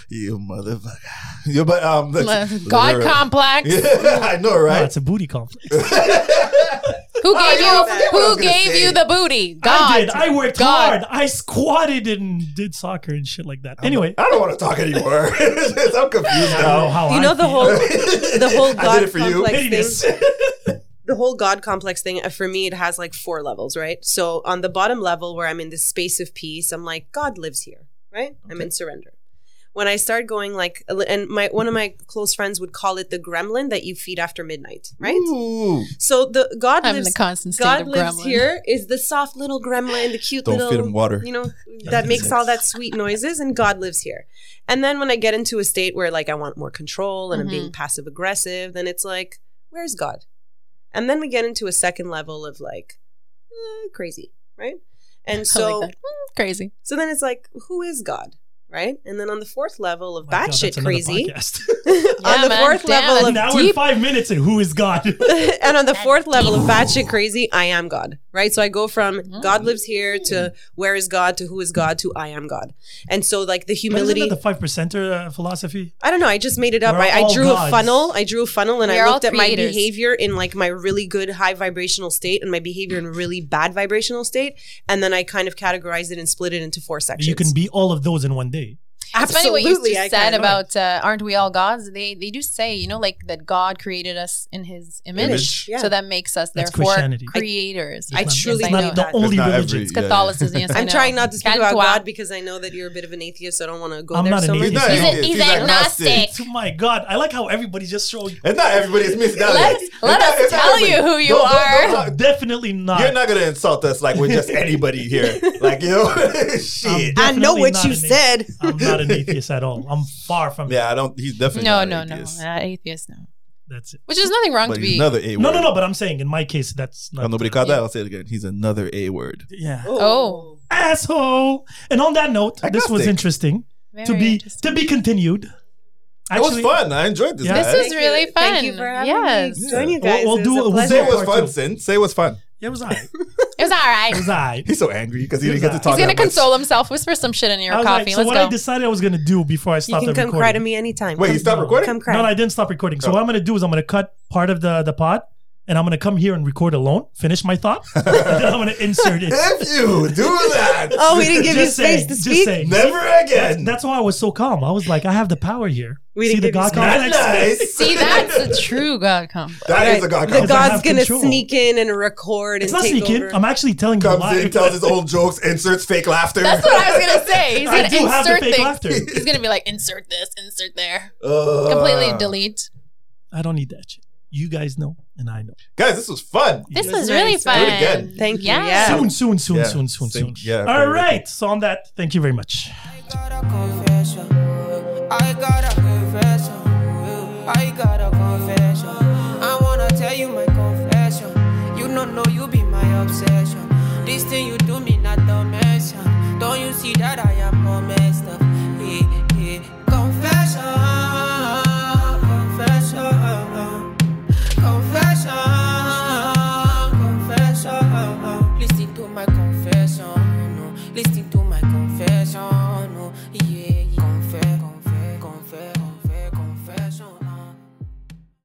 S3: you motherfucker. You but um. [laughs]
S2: [laughs] God complex.
S3: Yeah, I know,
S4: No,
S3: right?
S4: it's a booty complex.
S3: [laughs]
S2: Who
S3: Oh,
S2: gave
S3: yo, I
S2: you?
S3: forget what I
S2: Who
S3: was gonna
S2: gave
S3: say.
S2: you the booty? God.
S4: I did. I worked
S2: God.
S4: hard. I squatted and did soccer and shit like that. Anyway,
S3: I don't want to talk anymore. [laughs] I'm confused
S4: I don't know
S3: now.
S4: how
S5: You
S4: I
S5: know the
S4: feel. Oh
S5: whole the
S3: [laughs]
S5: whole
S3: I did
S5: god
S3: it for you.
S5: complex
S4: Hideous. [laughs]
S5: thing. The whole god complex thing uh, for me it has like four levels, right? So on the bottom level where I'm in this space of peace, I'm like God lives here, right? I'm in surrender. When I start going like a li- and my one of my close friends would call it the gremlin that you feed after midnight, right?
S3: Ooh.
S5: So the God
S2: I'm in
S5: lives
S2: the constant state
S5: God
S2: of
S5: lives
S2: gremlin. [laughs]
S5: here is the soft little gremlin, the cute
S3: Don't
S5: little
S3: feed him water.
S5: you know,
S4: that's
S5: that makes all that sweet noises, and God lives here. And then when I get into a state where like I want more control and
S2: Mm-hmm.
S5: I'm being passive aggressive, then it's like, where's God? And then we get into a second level of like eh, crazy, right?
S2: [laughs]
S5: And
S2: I
S5: so
S2: like that. Mm, crazy.
S5: so then it's like, who is God? Right? And then on the fourth level of
S4: My God,
S5: batshit
S4: that's another
S5: crazy,
S4: podcast.
S5: [laughs] on the
S2: man,
S5: fourth
S2: damn,
S5: level of
S2: that's
S4: Now we're in
S2: deep.
S4: five minutes and who is
S5: [laughs]
S4: God?
S5: and on the fourth level of batshit crazy, I am God, right? So I go from
S2: Mm-hmm.
S5: God lives here to where is God to who is God to I am God. And so, like,
S4: But
S5: the
S4: isn't
S5: humility.
S4: that the five percenter uh, philosophy?
S5: I don't know. I just made it up.
S4: We're
S5: I, I
S4: all
S5: drew a
S4: gods.
S5: funnel. I drew a funnel and
S2: We are
S5: I looked
S2: all
S5: at my
S2: creators.
S5: behavior in like my really good high vibrational state and my behavior in really bad vibrational state. And then I kind of categorized it and split it into four sections.
S4: You can be all of those in one day.
S2: It's funny what you
S5: Absolutely, I
S2: just said
S5: can.
S2: about uh, aren't we all gods? They they do say you know like that God created us in His image,
S5: Image, yeah.
S2: so that makes us
S4: That's
S2: therefore
S4: Christianity. I-
S2: creators.
S5: I
S4: It's not-
S5: truly
S4: it's
S2: know
S4: not the
S2: that.
S4: only
S3: It's not
S4: religion.
S3: every-
S2: It's Catholicism.
S5: [laughs]
S2: Yes, I
S5: I'm
S2: know.
S5: trying not to speak about
S2: Cantua.
S5: God because I know that you're a bit of an atheist, so I don't want to go
S4: I'm
S5: there
S4: not an
S5: so
S4: atheist.
S5: much.
S4: He's
S3: not
S2: He's,
S3: atheist,
S2: a, he's,
S3: he's agnostic.
S2: agnostic.
S4: Oh my God! I like how everybody just showed.
S3: It's not everybody. It's me. It's not
S2: Let us-
S3: it's
S2: let
S3: not-
S2: us
S3: it's
S2: tell you
S3: everybody.
S2: who you
S3: Don't- don't- don't
S2: are.
S3: talk-
S4: Definitely not.
S3: You're not gonna insult us like we're
S4: [laughs]
S3: just anybody
S2: [laughs]
S3: here. Like you know, [laughs]
S4: I'm
S3: shit.
S5: I know
S4: definitely
S5: what
S4: not
S5: you
S4: an atheist.
S5: said.
S4: I'm not [laughs] an atheist at all. I'm far from it.
S3: Yeah, I don't. He's definitely
S2: No,
S3: not
S2: no,
S3: an
S2: no,
S3: atheist.
S2: not atheist. No,
S4: That's it.
S2: which is nothing wrong
S3: But
S2: to
S3: he's
S2: be.
S3: another A word.
S4: No, no, no. But I'm saying in my case, that's
S3: Oh,
S4: not.
S3: nobody caught that. I'll say it again. He's another A word.
S4: Yeah.
S2: Oh.
S4: Asshole. And on that note, this was
S3: Agnostic.
S4: interesting.
S2: Very
S4: to be
S2: interesting.
S4: to be continued.
S3: It was fun. I enjoyed this.
S4: Yeah.
S3: guys.
S2: This is
S5: Thank
S2: really
S5: you- Thank you
S2: fun.
S5: for having
S2: Yes.
S5: me. Join
S3: Yeah.
S5: you guys.
S4: We'll- we'll
S5: it
S4: do-
S5: was a
S4: we'll
S5: pleasure.
S3: Say it was
S4: Part
S3: fun,
S4: two.
S3: Sin. Say it was fun.
S4: It was alright. It
S2: It was all
S4: [laughs]
S2: right.
S4: was
S5: [laughs]
S4: alright.
S3: He's so angry because he
S4: He
S3: didn't get to
S4: was
S3: talk.
S2: He's gonna
S3: that much.
S2: console himself. Whisper some shit in your
S4: I was
S2: coffee.
S4: like, so
S2: Let's
S4: what
S2: go.
S4: I decided I was gonna do before I
S5: You
S4: stopped
S5: can
S4: the
S5: come
S4: recording.
S5: cry to me anytime.
S3: Wait,
S5: Come-
S3: you stopped recording?
S5: Come cry.
S4: No, no, I didn't stop recording. So
S3: Oh.
S4: what I'm gonna do is I'm gonna cut part of the the pod, and I'm gonna come here and record alone, finish my thought, and then
S3: [laughs]
S4: I'm gonna insert it.
S3: If you do that,
S5: [laughs] Oh, we didn't give you
S4: Just
S5: space
S4: saying,
S5: to
S4: just
S5: speak.
S4: saying.
S3: never
S4: That's,
S3: again.
S4: that's why I was so calm. I was like, I have the power here.
S5: We
S4: See
S5: didn't
S4: the
S5: give you
S4: God
S5: space.
S3: Not
S4: complex?
S2: [laughs]
S3: nice.
S2: See, that's
S4: [laughs]
S2: a true God complex.
S3: that
S5: Right.
S3: is a god.
S5: the
S3: complex.
S4: I
S5: God's
S4: have
S5: gonna
S4: control.
S5: sneak in and record
S4: It's
S5: and
S4: not
S5: take
S4: sneaking.
S5: over.
S4: I'm actually telling you
S3: comes
S4: live.
S3: in, tells his own jokes, inserts fake laughter.
S2: That's what I was gonna say. He's
S4: [laughs] I
S2: gonna
S4: do have the
S2: insert
S4: fake
S2: things.
S4: laughter.
S2: He's gonna be like, insert this, insert
S4: [laughs]
S2: there,
S3: [laughs] Uh,
S2: completely delete.
S4: I don't need that shit. You guys know, and I know.
S3: Guys, this was fun.
S2: This
S4: Yeah.
S2: was
S5: That's
S2: really
S5: nice. Do
S2: fun.
S3: it again.
S5: Thank you,
S2: Yeah.
S5: yeah.
S4: Soon, soon, soon,
S3: Yeah.
S4: soon, soon, soon.
S3: Thank- yeah,
S4: All
S3: very
S4: right. So on that, thank you very much.
S1: uh, I uh, got a confession. I got uh. uh.